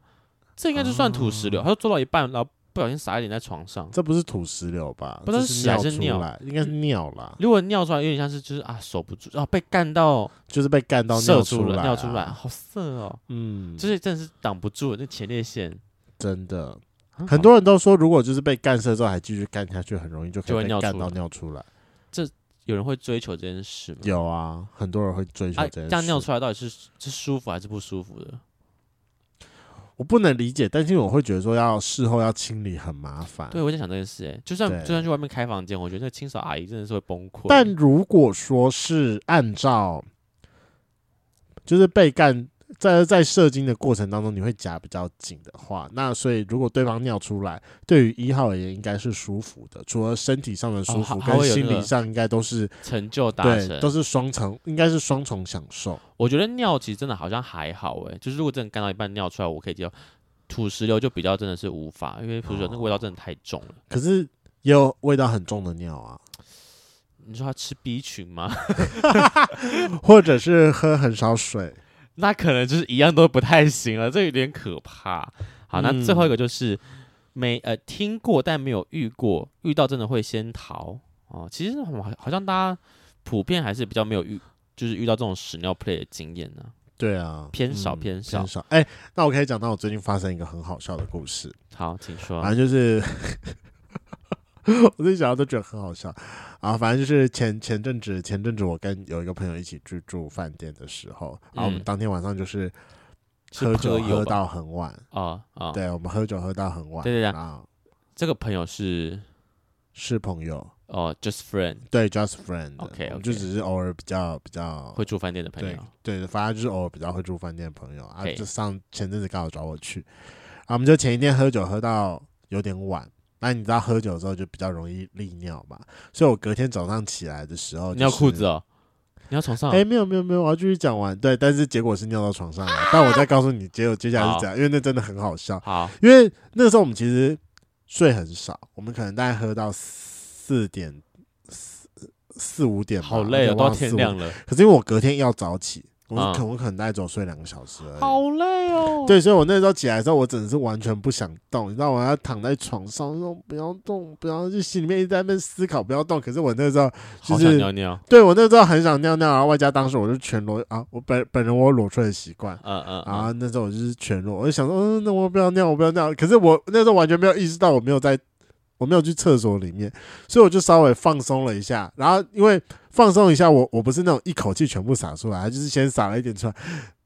[SPEAKER 2] 这应该就算土石
[SPEAKER 3] 哦
[SPEAKER 2] 流。他说做到一半，然后不小心撒一点在床上。
[SPEAKER 3] 这不是土石流吧？
[SPEAKER 2] 不知
[SPEAKER 3] 这
[SPEAKER 2] 道
[SPEAKER 3] 是
[SPEAKER 2] 是屎还是
[SPEAKER 3] 出
[SPEAKER 2] 尿
[SPEAKER 3] 来，应该是尿啦，
[SPEAKER 2] 如果尿出来，有点像是就是啊守不住，啊被干到
[SPEAKER 3] 就是被干到
[SPEAKER 2] 射
[SPEAKER 3] 出
[SPEAKER 2] 了，
[SPEAKER 3] 来，啊
[SPEAKER 2] 尿出来，。好色哦，
[SPEAKER 3] 嗯，
[SPEAKER 2] 就是真的是挡不住那前列腺。
[SPEAKER 3] 真的，
[SPEAKER 2] 啊
[SPEAKER 3] 很多人都说，如果就是被干射之后还继续干下去，很容易就
[SPEAKER 2] 就
[SPEAKER 3] 可
[SPEAKER 2] 会
[SPEAKER 3] 以被
[SPEAKER 2] 尿
[SPEAKER 3] 干
[SPEAKER 2] 出
[SPEAKER 3] 到
[SPEAKER 2] 来
[SPEAKER 3] 尿出来。
[SPEAKER 2] 有人会追求这件事吗？
[SPEAKER 3] 有啊，很多人会追求
[SPEAKER 2] 啊，
[SPEAKER 3] 这
[SPEAKER 2] 这
[SPEAKER 3] 件
[SPEAKER 2] 样
[SPEAKER 3] 事。
[SPEAKER 2] 尿出来到底是是舒服还是不舒服的？
[SPEAKER 3] 我不能理解，但是我会觉得说要事后要清理很麻烦。
[SPEAKER 2] 对，我在想这件事、哎，就算
[SPEAKER 3] 啊对
[SPEAKER 2] 就算去外面开房间，我觉得那清扫阿姨真的是会崩溃。
[SPEAKER 3] 但如果说是按照，就是被干在在射精的过程当中，你会夹比较紧的话，那所以如果对方尿出来，对于一号而言应该是舒服的，除了身体上的舒
[SPEAKER 2] 还
[SPEAKER 3] 服，
[SPEAKER 2] 哦还
[SPEAKER 3] 跟
[SPEAKER 2] 会有
[SPEAKER 3] 心
[SPEAKER 2] 那
[SPEAKER 3] 理
[SPEAKER 2] 个
[SPEAKER 3] 上应该都是
[SPEAKER 2] 成就达
[SPEAKER 3] 对，
[SPEAKER 2] 成，
[SPEAKER 3] 都是双重，应该是双重享受。
[SPEAKER 2] 我觉得尿其实真的好像还好哎、就是如果真的干到一半尿出来，我可以接受。土石流就比较真的是无法，因为土石流那个味道真的太重了。
[SPEAKER 3] 可是也有味道很重的尿啊，
[SPEAKER 2] 你说他吃 B 群吗？
[SPEAKER 3] 或者是喝很少水。
[SPEAKER 2] 那可能就是一样都不太行了，这有点可怕。好，那最后一
[SPEAKER 3] 嗯
[SPEAKER 2] 个就是没呃听过但没有遇过，遇到真的会先逃哦。其实好好像大家普遍还是比较没有遇，就是遇到这种屎尿 play 的经验呢、
[SPEAKER 3] 对啊，
[SPEAKER 2] 偏少
[SPEAKER 3] 嗯
[SPEAKER 2] 偏少
[SPEAKER 3] 偏少。哎、那我可以讲到我最近发生一个很好笑的故事。
[SPEAKER 2] 好，请说。
[SPEAKER 3] 反正就是 我自己想到都觉得很好笑啊。反正就是前前阵子前阵子我跟有一个朋友一起去住饭店的时候，然后我们
[SPEAKER 2] 嗯
[SPEAKER 3] 当天晚上就是
[SPEAKER 2] 是
[SPEAKER 3] 喝酒
[SPEAKER 2] 朋友
[SPEAKER 3] 喝
[SPEAKER 2] 吧
[SPEAKER 3] 到很晚，
[SPEAKER 2] 哦哦，
[SPEAKER 3] 对我们喝酒喝到很晚，
[SPEAKER 2] 对对对
[SPEAKER 3] 啊，
[SPEAKER 2] 这个朋友是
[SPEAKER 3] 是朋友，
[SPEAKER 2] 哦，just friend，
[SPEAKER 3] 对，just friend，
[SPEAKER 2] OK，OK
[SPEAKER 3] 我们就只是偶尔比较比较
[SPEAKER 2] 会住饭店的朋
[SPEAKER 3] 对
[SPEAKER 2] 友。
[SPEAKER 3] 对，反正就是偶尔比较会住饭店的朋友啊，
[SPEAKER 2] 嘿
[SPEAKER 3] 就上前阵子刚好找我去，啊，我们就前一天喝酒喝到有点晚，那你知道喝酒之后就比较容易利尿嘛，所以我隔天早上起来的时候、
[SPEAKER 2] 尿裤子。哦，尿床上。
[SPEAKER 3] 哎、没有没有没有，我要继续讲完。对，但是结果是尿到床上了。但我再告诉你，结果接下来是
[SPEAKER 2] 好
[SPEAKER 3] 这样，因为那真的很好笑。
[SPEAKER 2] 好，
[SPEAKER 3] 因为那时候我们其实睡很少，我们可能大概喝到四点四四五点吧，
[SPEAKER 2] 好累
[SPEAKER 3] 我
[SPEAKER 2] 哦，
[SPEAKER 3] 忘
[SPEAKER 2] 到
[SPEAKER 3] 了四
[SPEAKER 2] 天
[SPEAKER 3] 五
[SPEAKER 2] 亮了，
[SPEAKER 3] 可是因为我隔天要早起，我
[SPEAKER 2] 嗯
[SPEAKER 3] 可能、我可能大概只有睡两个小时而已。
[SPEAKER 2] 好累哦。
[SPEAKER 3] 对，所以我那时候起来的时候，我真的是完全不想动，你知道，我要躺在床上，说不要动，不要，就心里面一直在那边思考不要动。可是我那时候就
[SPEAKER 2] 好想
[SPEAKER 3] 是
[SPEAKER 2] 尿尿。
[SPEAKER 3] 对我那时候很想尿尿，然后外加当时我是全裸啊，我本本人我有裸睡的习惯。
[SPEAKER 2] 嗯嗯
[SPEAKER 3] 啊，
[SPEAKER 2] 嗯，
[SPEAKER 3] 那时候我就是全裸，我就想说，嗯，那我不要尿，我不要尿。可是我那时候完全没有意识到，我没有在，我没有去厕所里面，所以我就稍微放松了一下。然后因为放松一下，我我不是那种一口气全部洒出来，就是先洒了一点出来，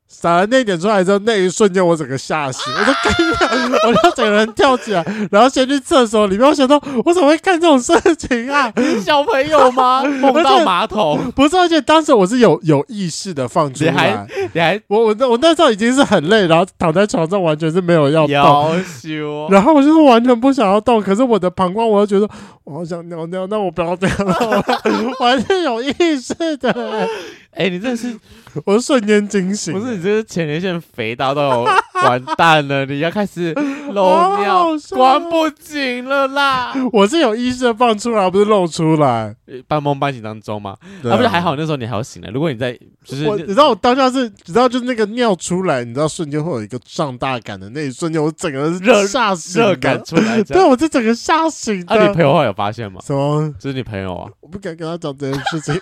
[SPEAKER 3] 洒了那一点出来之后，那一瞬间我整个吓醒，我说 干掉，我就整个人跳起来，然后先去厕所里面，我想到我怎么会干这种事情啊？
[SPEAKER 2] 小朋友吗？ 梦到马桶，
[SPEAKER 3] 不是，而且当时我是有有意识的放出
[SPEAKER 2] 你还
[SPEAKER 3] 来。
[SPEAKER 2] 你还
[SPEAKER 3] 我我那我那时候已经是很累，然后躺在床上完全是没有要动，
[SPEAKER 2] 要羞？
[SPEAKER 3] 然后我就是完全不想要动，可是我的膀胱我又觉得我好想尿尿，那我不要这样了，我我还是有意识 的、
[SPEAKER 2] 哎，你 这是
[SPEAKER 3] 我瞬间惊醒，
[SPEAKER 2] 不是你这是前列腺肥大到完蛋了？你要开始漏
[SPEAKER 3] 哦好
[SPEAKER 2] 尿
[SPEAKER 3] 好，笑
[SPEAKER 2] 关不紧了啦！
[SPEAKER 3] 我是有意识的放出来，不是露出来，
[SPEAKER 2] 呃半梦半醒当中吗？
[SPEAKER 3] 对
[SPEAKER 2] 啊，不是还好那时候你还要醒来。如果你在就是
[SPEAKER 3] 我
[SPEAKER 2] 那
[SPEAKER 3] 你知道我当下是，你知道就是那个尿出来，你知道瞬间会有一个胀大感的那一瞬间，我整个人是
[SPEAKER 2] 热
[SPEAKER 3] 吓醒的
[SPEAKER 2] 热感，出来这
[SPEAKER 3] 对，
[SPEAKER 2] 样，
[SPEAKER 3] 我是整个吓醒
[SPEAKER 2] 啊，你
[SPEAKER 3] 的。
[SPEAKER 2] 朋友后来有发现吗？
[SPEAKER 3] 什么？
[SPEAKER 2] 这是你朋 友啊，
[SPEAKER 3] 我不敢跟他讲这件 事情。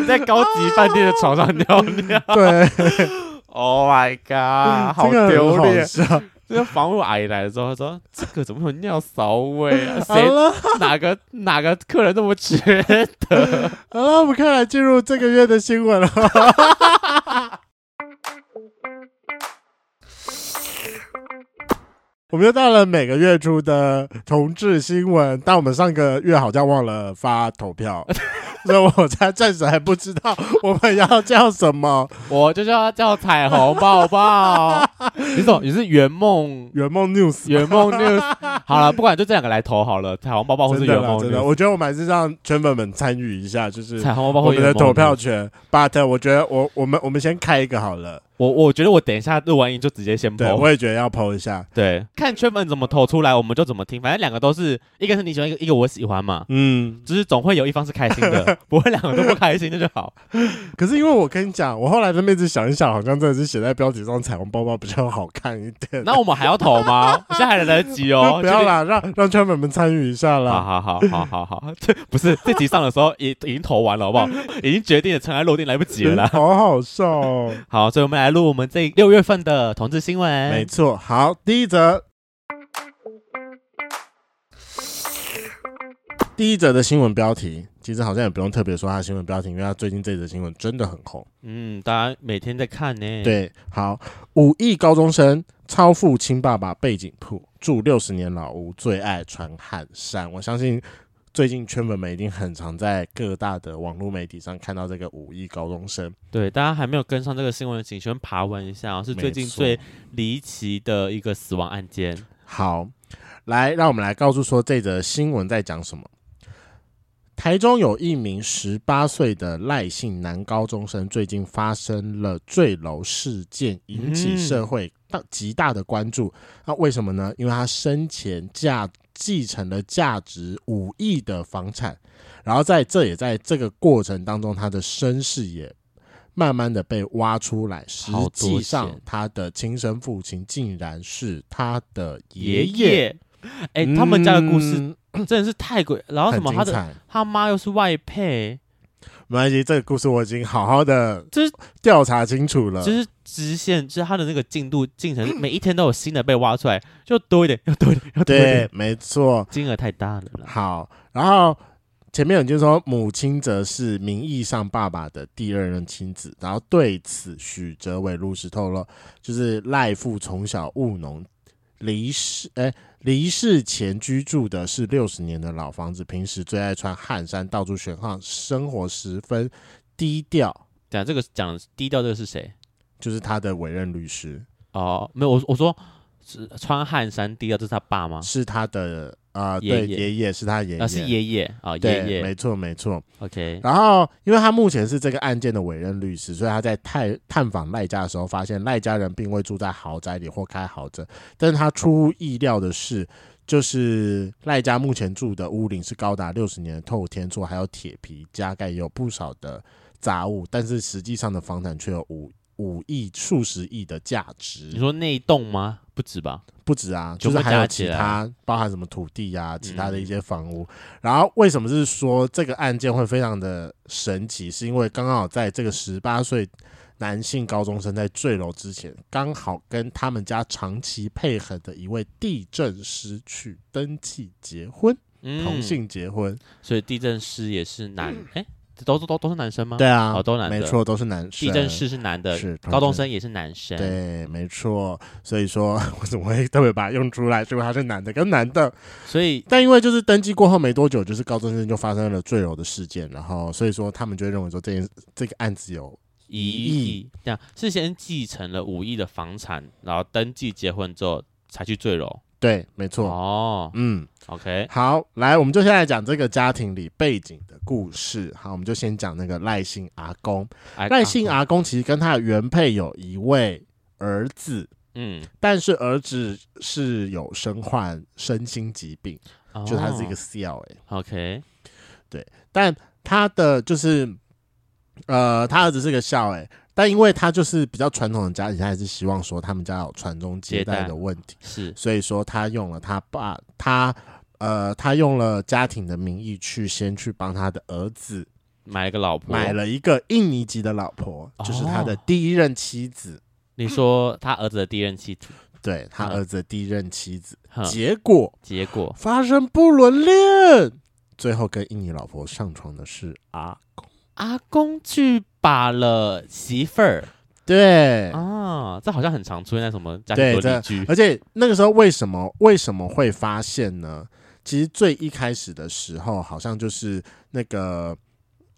[SPEAKER 2] 你在高级饭店的床上尿 尿。
[SPEAKER 3] 对，
[SPEAKER 2] Oh my god，好啊
[SPEAKER 3] 这个很
[SPEAKER 2] 丢
[SPEAKER 3] 好
[SPEAKER 2] 脸！
[SPEAKER 3] 笑。
[SPEAKER 2] 这个房务阿姨来了之后，她说：“这个怎么会有尿骚味 啊？
[SPEAKER 3] 好
[SPEAKER 2] 谁
[SPEAKER 3] 了，
[SPEAKER 2] 哪个哪个客人那么觉得
[SPEAKER 3] 好了，我们看来进入这个月的新闻了。 我们又到了每个月初的同志新闻，但我们上个月好像忘了发投 票，所以我才暂时还不知道我们要叫什么。
[SPEAKER 2] 我就是要叫彩虹抱抱。你怎么？你是圆梦
[SPEAKER 3] 圆梦 news，
[SPEAKER 2] 圆梦 news？好了，不管就这两个来投好了，彩虹抱抱或是
[SPEAKER 3] 真的
[SPEAKER 2] 圆
[SPEAKER 3] 啦
[SPEAKER 2] 梦
[SPEAKER 3] 真的，
[SPEAKER 2] news。
[SPEAKER 3] 我觉得我们还是让圈粉们参与一下，就是
[SPEAKER 2] 彩虹抱抱
[SPEAKER 3] 我
[SPEAKER 2] 或
[SPEAKER 3] 们
[SPEAKER 2] 圆
[SPEAKER 3] 的
[SPEAKER 2] 梦
[SPEAKER 3] 投票
[SPEAKER 2] news。
[SPEAKER 3] 权。But 我觉得我我们我们先开一个好了，
[SPEAKER 2] 我我觉得我等一下录完音就直接先
[SPEAKER 3] 对，
[SPEAKER 2] 投。
[SPEAKER 3] 我也觉得要投一下。
[SPEAKER 2] 对，看圈粉怎么投出来，我们就怎么听。反正两个都是，一个是你喜欢，一个一个我喜欢嘛。
[SPEAKER 3] 嗯，
[SPEAKER 2] 就是总会有一方是开心的，不会两个都不开心，那就好。
[SPEAKER 3] 可是因为我跟你讲，我后来这么一直想一想，好像真的是写在标题上“彩虹包包”比较好看一点。。
[SPEAKER 2] 那我们还要投吗？现在还来得及哦
[SPEAKER 3] 不
[SPEAKER 2] 这
[SPEAKER 3] 要
[SPEAKER 2] 个
[SPEAKER 3] 啦，让让圈粉们参与一下
[SPEAKER 2] 好
[SPEAKER 3] 啦。
[SPEAKER 2] 好好好好好，这不是这集上的时候已已经投完了，好不好？已经决定了，尘埃落定，来不及了啦。
[SPEAKER 3] 好好笑、哦。
[SPEAKER 2] 好，所以我们来录我们这六月份的同志新
[SPEAKER 3] 没
[SPEAKER 2] 闻。
[SPEAKER 3] 错，好，第一则，第一则的新闻标题，其实好像也不用特别说它的新闻标题，因为它最近这则新闻真的很红。
[SPEAKER 2] 嗯，大家每天在看呢。，
[SPEAKER 3] 对，好，五亿高中生超父亲爸爸背景铺住六十年老屋，最爱穿汗衫。我相信最近圈粉们一定很常在各大的网络媒体上看到这个五亿高中生。
[SPEAKER 2] 对，大家还没有跟上这个新闻，请先爬文一下、哦，是最近
[SPEAKER 3] 没错
[SPEAKER 2] 最离奇的一个死亡案件。
[SPEAKER 3] 好，来，让我们来告诉说这则新闻在讲什么。台中有一名十八岁的赖姓男高中生，最近发生了坠楼事件，引起
[SPEAKER 2] 嗯
[SPEAKER 3] 社会大极大的关注。那、为什么呢？因为他生前价继承了价值五亿的房产，然后在这也在这个过程当中，他的身世也慢慢的被挖出来。实
[SPEAKER 2] 好多
[SPEAKER 3] 际上
[SPEAKER 2] 钱，
[SPEAKER 3] 他的亲生父亲竟然是他的
[SPEAKER 2] 爷
[SPEAKER 3] 爷。
[SPEAKER 2] 爷，哎、他们家的故事
[SPEAKER 3] 嗯
[SPEAKER 2] 真的是太鬼，然后什
[SPEAKER 3] 很
[SPEAKER 2] 么他的
[SPEAKER 3] 精彩。
[SPEAKER 2] 他妈又是外配，
[SPEAKER 3] 没关系，这个故事我已经好好的
[SPEAKER 2] 就是
[SPEAKER 3] 调查清楚了。
[SPEAKER 2] 就是直线，就是他的那个进度进程，每一天都有新的被挖出来，就多一点，又多一点，又多一
[SPEAKER 3] 对
[SPEAKER 2] 点，，
[SPEAKER 3] 没错。
[SPEAKER 2] 金额太大了啦。
[SPEAKER 3] 好，然后前面有就说母亲则是名义上爸爸的第二任妻子，然后对此许哲伟如实透露，就是赖父从小务农，离世哎离世前居住的是六十年的老房子，平时最爱穿汗衫，到处选汗，生活十分低调。
[SPEAKER 2] 讲这个讲低调，这个是谁？
[SPEAKER 3] 就是他的委任律师
[SPEAKER 2] 哦，没有，我我说是穿汗衫低调，这是他爸吗？
[SPEAKER 3] 是他的啊、呃
[SPEAKER 2] 啊爷
[SPEAKER 3] 对，
[SPEAKER 2] 爷
[SPEAKER 3] 爷爷是他爷
[SPEAKER 2] 啊，是
[SPEAKER 3] 爷。
[SPEAKER 2] 爷爷啊，
[SPEAKER 3] 对，
[SPEAKER 2] 爷爷。
[SPEAKER 3] 没错没错。
[SPEAKER 2] OK，
[SPEAKER 3] 然后，因为他目前是这个案件的委任律师，所以他在探探访赖家的时候，发现赖家人并未住在豪宅里或开豪宅。但是他出乎意料的是，就是赖家目前住的屋顶是高达六十年的透天厝，还有铁皮加盖，也有不少的杂物，但是实际上的房产却有五五亿、数十亿的价
[SPEAKER 2] 你
[SPEAKER 3] 值，
[SPEAKER 2] 说那一栋吗？不止吧？
[SPEAKER 3] 不止啊，就
[SPEAKER 2] 全部
[SPEAKER 3] 是还有
[SPEAKER 2] 加
[SPEAKER 3] 其
[SPEAKER 2] 起来
[SPEAKER 3] 他包含什么土地啊，其他的一些房屋。
[SPEAKER 2] 嗯
[SPEAKER 3] 然后为什么是说这个案件会非常的神奇？是因为刚好在这个十八岁男性高中生在坠楼之前，刚好跟他们家长期配合的一位地震师去登记结婚，
[SPEAKER 2] 嗯
[SPEAKER 3] 同，性结婚。
[SPEAKER 2] 所以地震师也是男，哎，这都都都是男生吗？
[SPEAKER 3] 对，啊，
[SPEAKER 2] 哦都男的
[SPEAKER 3] 没错，都是男生。
[SPEAKER 2] 地震师是男的，
[SPEAKER 3] 是
[SPEAKER 2] 高中生也是男生。
[SPEAKER 3] 对，没错。所以说， 我怎么会特别把它用出来？结果他是男的跟男的，
[SPEAKER 2] 所以
[SPEAKER 3] 但因为就是登记过后没多久，就是高中生就发生了坠楼的事件，然后所以说他们就会认为说这件这个案子有
[SPEAKER 2] 一亿这样是先继承了五亿的房产，然后登记结婚之后才去坠楼。
[SPEAKER 3] 对，没错，
[SPEAKER 2] 哦
[SPEAKER 3] 嗯，
[SPEAKER 2] ，OK，
[SPEAKER 3] 好，来，我们就现在讲这个家庭里背景的故事。好，我们就先讲那个赖姓阿公。
[SPEAKER 2] 哎
[SPEAKER 3] 赖姓，阿公其实跟他的原配有一位儿子，
[SPEAKER 2] 嗯，
[SPEAKER 3] 但是儿子是有身患身心疾病，就他是一个
[SPEAKER 2] 哦
[SPEAKER 3] CL 欸
[SPEAKER 2] OK，
[SPEAKER 3] 但他的就是，呃，他儿子是个孝哎、但因为他就是比较传统的家庭，他还是希望说他们家有传宗接代的问题，
[SPEAKER 2] 是
[SPEAKER 3] 所以说他用了他爸他呃他用了家庭的名义去先去帮他的儿子
[SPEAKER 2] 买了个老婆，
[SPEAKER 3] 买了一个印尼籍的老婆，
[SPEAKER 2] 哦
[SPEAKER 3] 就是他的第一任妻子，
[SPEAKER 2] 你说他儿子的第一任妻子，
[SPEAKER 3] 对他
[SPEAKER 2] 嗯
[SPEAKER 3] 儿子的第一任妻子，
[SPEAKER 2] 哼
[SPEAKER 3] 结果
[SPEAKER 2] 结果
[SPEAKER 3] 发生不伦恋，最后跟印尼老婆上床的是阿公。
[SPEAKER 2] 阿公去把了媳妇儿，
[SPEAKER 3] 对，
[SPEAKER 2] 啊，这好像很常出现在什么家
[SPEAKER 3] 对
[SPEAKER 2] 庭
[SPEAKER 3] 这
[SPEAKER 2] 伦理剧
[SPEAKER 3] 而且那个时候为什么为什么会发现呢？其实最一开始的时候，好像就是那个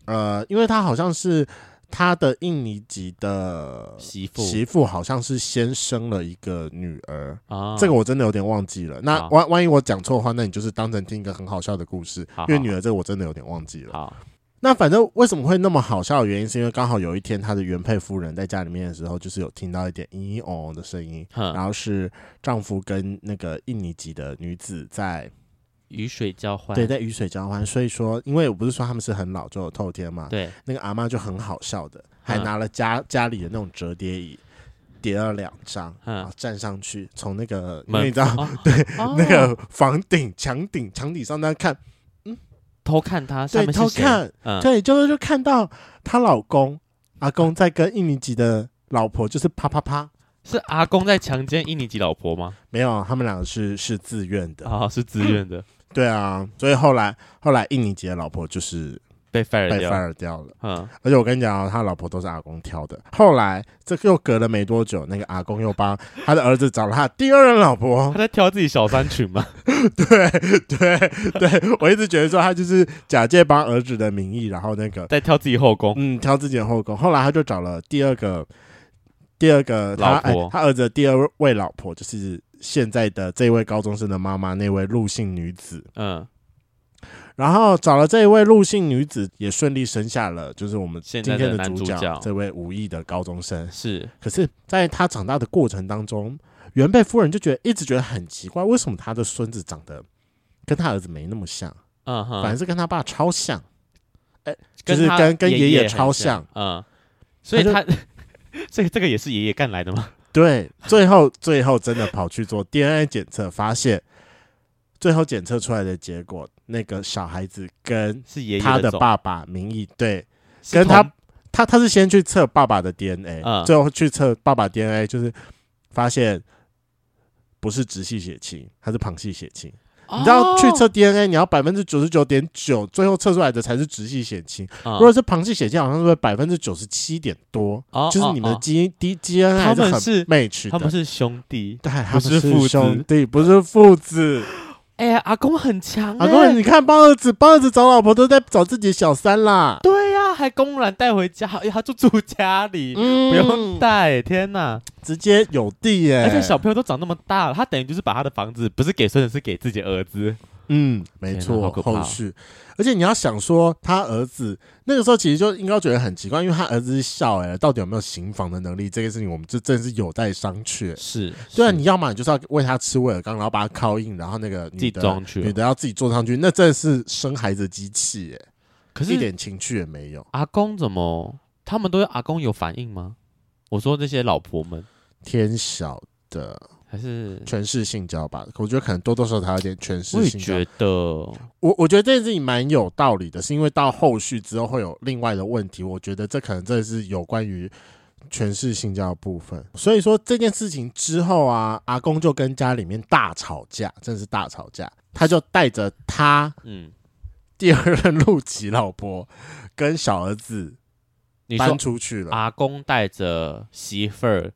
[SPEAKER 3] 呃，因为他好像是他的印尼籍的
[SPEAKER 2] 媳妇
[SPEAKER 3] 媳妇，好像是先生了一个女儿，
[SPEAKER 2] 啊，
[SPEAKER 3] 这个我真的有点忘记了。那
[SPEAKER 2] 好
[SPEAKER 3] 万万一我讲错的话，那你就是当成听一个很好笑的故事
[SPEAKER 2] 好，
[SPEAKER 3] 因为
[SPEAKER 2] 好
[SPEAKER 3] 女儿这个我真的有点忘记了。
[SPEAKER 2] 好
[SPEAKER 3] 那反正为什么会那么好笑的原因，是因为刚好有一天他的原配夫人在家里面的时候，就是有听到一点嘤嘤哦哦的声音，
[SPEAKER 2] 哼，
[SPEAKER 3] 然后是丈夫跟那个印尼籍的女子在
[SPEAKER 2] 雨水交换
[SPEAKER 3] 对在雨水交欢，所以说，因为我不是说他们是很老就有透天嘛，
[SPEAKER 2] 对
[SPEAKER 3] 那个阿妈就很好笑的，还
[SPEAKER 2] 嗯
[SPEAKER 3] 拿了家家里的那种折叠椅叠了两张，
[SPEAKER 2] 嗯
[SPEAKER 3] 然后站上去，从那个因
[SPEAKER 2] 门
[SPEAKER 3] 为你知道
[SPEAKER 2] 哦哦
[SPEAKER 3] 那个房顶墙顶墙底上那看，
[SPEAKER 2] 偷看他下
[SPEAKER 3] 对
[SPEAKER 2] 面是
[SPEAKER 3] 偷
[SPEAKER 2] 谁
[SPEAKER 3] 看，
[SPEAKER 2] 嗯
[SPEAKER 3] 对，就是就看到她老公阿公在跟印尼籍的老婆就是啪啪啪，
[SPEAKER 2] 是阿公在强奸印尼籍老婆吗？
[SPEAKER 3] 没有，他们两个是是自愿的，
[SPEAKER 2] 啊，是自愿的，
[SPEAKER 3] 对啊，所以后来后来印尼籍的老婆就是
[SPEAKER 2] 被 fire
[SPEAKER 3] 被
[SPEAKER 2] 掉。
[SPEAKER 3] fire 掉了，
[SPEAKER 2] 嗯，
[SPEAKER 3] 而且我跟你讲、哦，他老婆都是阿公挑的。后来这又隔了没多久，那个阿公又帮他的儿子找了他第二任老 婆
[SPEAKER 2] 他。在挑自己小三群 吗？
[SPEAKER 3] 对对对，我一直觉得说他就是假借帮儿子的名义，然后那个
[SPEAKER 2] 在挑自己后宫？
[SPEAKER 3] 嗯挑自己的后宫。后来他就找了第二个第二个他
[SPEAKER 2] 老婆
[SPEAKER 3] 哎他儿子的第二位老婆就是现在的这位高中生的妈妈那位陆姓女子。
[SPEAKER 2] 嗯，
[SPEAKER 3] 然后找了这一位陆姓女子，也顺利生下了，就是我们今
[SPEAKER 2] 现在
[SPEAKER 3] 天
[SPEAKER 2] 的
[SPEAKER 3] 的
[SPEAKER 2] 男主
[SPEAKER 3] 角
[SPEAKER 2] 角
[SPEAKER 3] 这位武艺的高中生。
[SPEAKER 2] 是
[SPEAKER 3] 可是，在他长大的过程当中，原配夫人就觉得一直觉得很奇怪，为什么他的孙子长得跟他儿子没那么像，
[SPEAKER 2] 嗯
[SPEAKER 3] 反而
[SPEAKER 2] 哼，
[SPEAKER 3] 是跟他爸超像，就是
[SPEAKER 2] 跟他
[SPEAKER 3] 跟跟
[SPEAKER 2] 爷
[SPEAKER 3] 爷爷
[SPEAKER 2] 很
[SPEAKER 3] 超
[SPEAKER 2] 像
[SPEAKER 3] 像。
[SPEAKER 2] 嗯，所以
[SPEAKER 3] 他
[SPEAKER 2] 他这个这个也是爷爷干来的吗？
[SPEAKER 3] 对，最后最后真的跑去做 DNA 检测，发现最后检测出来的结果，那个小孩子跟
[SPEAKER 2] 是爷爷
[SPEAKER 3] 他的
[SPEAKER 2] 种
[SPEAKER 3] 爸爸名义对
[SPEAKER 2] 是
[SPEAKER 3] 跟他
[SPEAKER 2] 同
[SPEAKER 3] 他他是先去测爸爸的 DNA，、
[SPEAKER 2] 嗯
[SPEAKER 3] 最后去测爸爸 DNA，就是发现不是直系血亲，他是旁系血亲。
[SPEAKER 2] 哦
[SPEAKER 3] 你知道去测 DNA，你要百分之九十九点九，最后测出来的才是直系血亲。
[SPEAKER 2] 哦
[SPEAKER 3] 如果是旁系血亲，好像是百分之九十七点多，
[SPEAKER 2] 哦
[SPEAKER 3] 就是你们的基因 D DNA 还
[SPEAKER 2] 他们
[SPEAKER 3] 很
[SPEAKER 2] 是
[SPEAKER 3] match
[SPEAKER 2] 他们
[SPEAKER 3] 的。
[SPEAKER 2] 是兄弟。
[SPEAKER 3] 对，他
[SPEAKER 2] 不是
[SPEAKER 3] 们是
[SPEAKER 2] 父子
[SPEAKER 3] 兄弟，不是父子。
[SPEAKER 2] 哎呀，阿公很强
[SPEAKER 3] 阿
[SPEAKER 2] 哎
[SPEAKER 3] 公，你看帮儿子，帮儿子找老婆都在找自己小三啦。
[SPEAKER 2] 对呀，还公然带回家，哎，他就住家里，
[SPEAKER 3] 嗯
[SPEAKER 2] 不用带。天哪！
[SPEAKER 3] 直接有地耶、
[SPEAKER 2] 而且小朋友都长那么大了，他等于就是把他的房子不是给孙子，是给自己儿子。
[SPEAKER 3] 嗯，没
[SPEAKER 2] 天哪
[SPEAKER 3] 错，
[SPEAKER 2] 好可怕哦
[SPEAKER 3] 后续，而且你要想说，他儿子那个时候其实就应该觉得很奇怪，因为他儿子是少哎，到底有没有行房的能力这个事情，我们就真的是有待商榷。
[SPEAKER 2] 是，
[SPEAKER 3] 对啊，
[SPEAKER 2] 是
[SPEAKER 3] 你要么你就是要喂他吃威尔刚，然后把他靠硬，然后那个
[SPEAKER 2] 自
[SPEAKER 3] 女
[SPEAKER 2] 己
[SPEAKER 3] 的
[SPEAKER 2] 装去哦
[SPEAKER 3] 女
[SPEAKER 2] 了。
[SPEAKER 3] 的要自己坐上去，那真的是生孩子机器耶，
[SPEAKER 2] 可
[SPEAKER 3] 一
[SPEAKER 2] 是
[SPEAKER 3] 点情趣也没有。
[SPEAKER 2] 阿公怎么？他们都阿公有反应吗？我说这些老婆们
[SPEAKER 3] 天晓得，
[SPEAKER 2] 还是
[SPEAKER 3] 权势性交吧，我觉得可能多多少少有点权
[SPEAKER 2] 我
[SPEAKER 3] 势
[SPEAKER 2] 也
[SPEAKER 3] 性交
[SPEAKER 2] 觉。得
[SPEAKER 3] 我我觉得这件事情蛮有道理的，是因为到后续之后会有另外的问题，我觉得这可能真的是有关于权势性交的部分。所以说这件事情之后啊，阿公就跟家里面大吵架，真的是大吵架。他就带着他
[SPEAKER 2] 嗯，
[SPEAKER 3] 第二任陆籍老婆跟小儿子
[SPEAKER 2] 你说啊
[SPEAKER 3] 搬出去了，
[SPEAKER 2] 阿公带着媳妇儿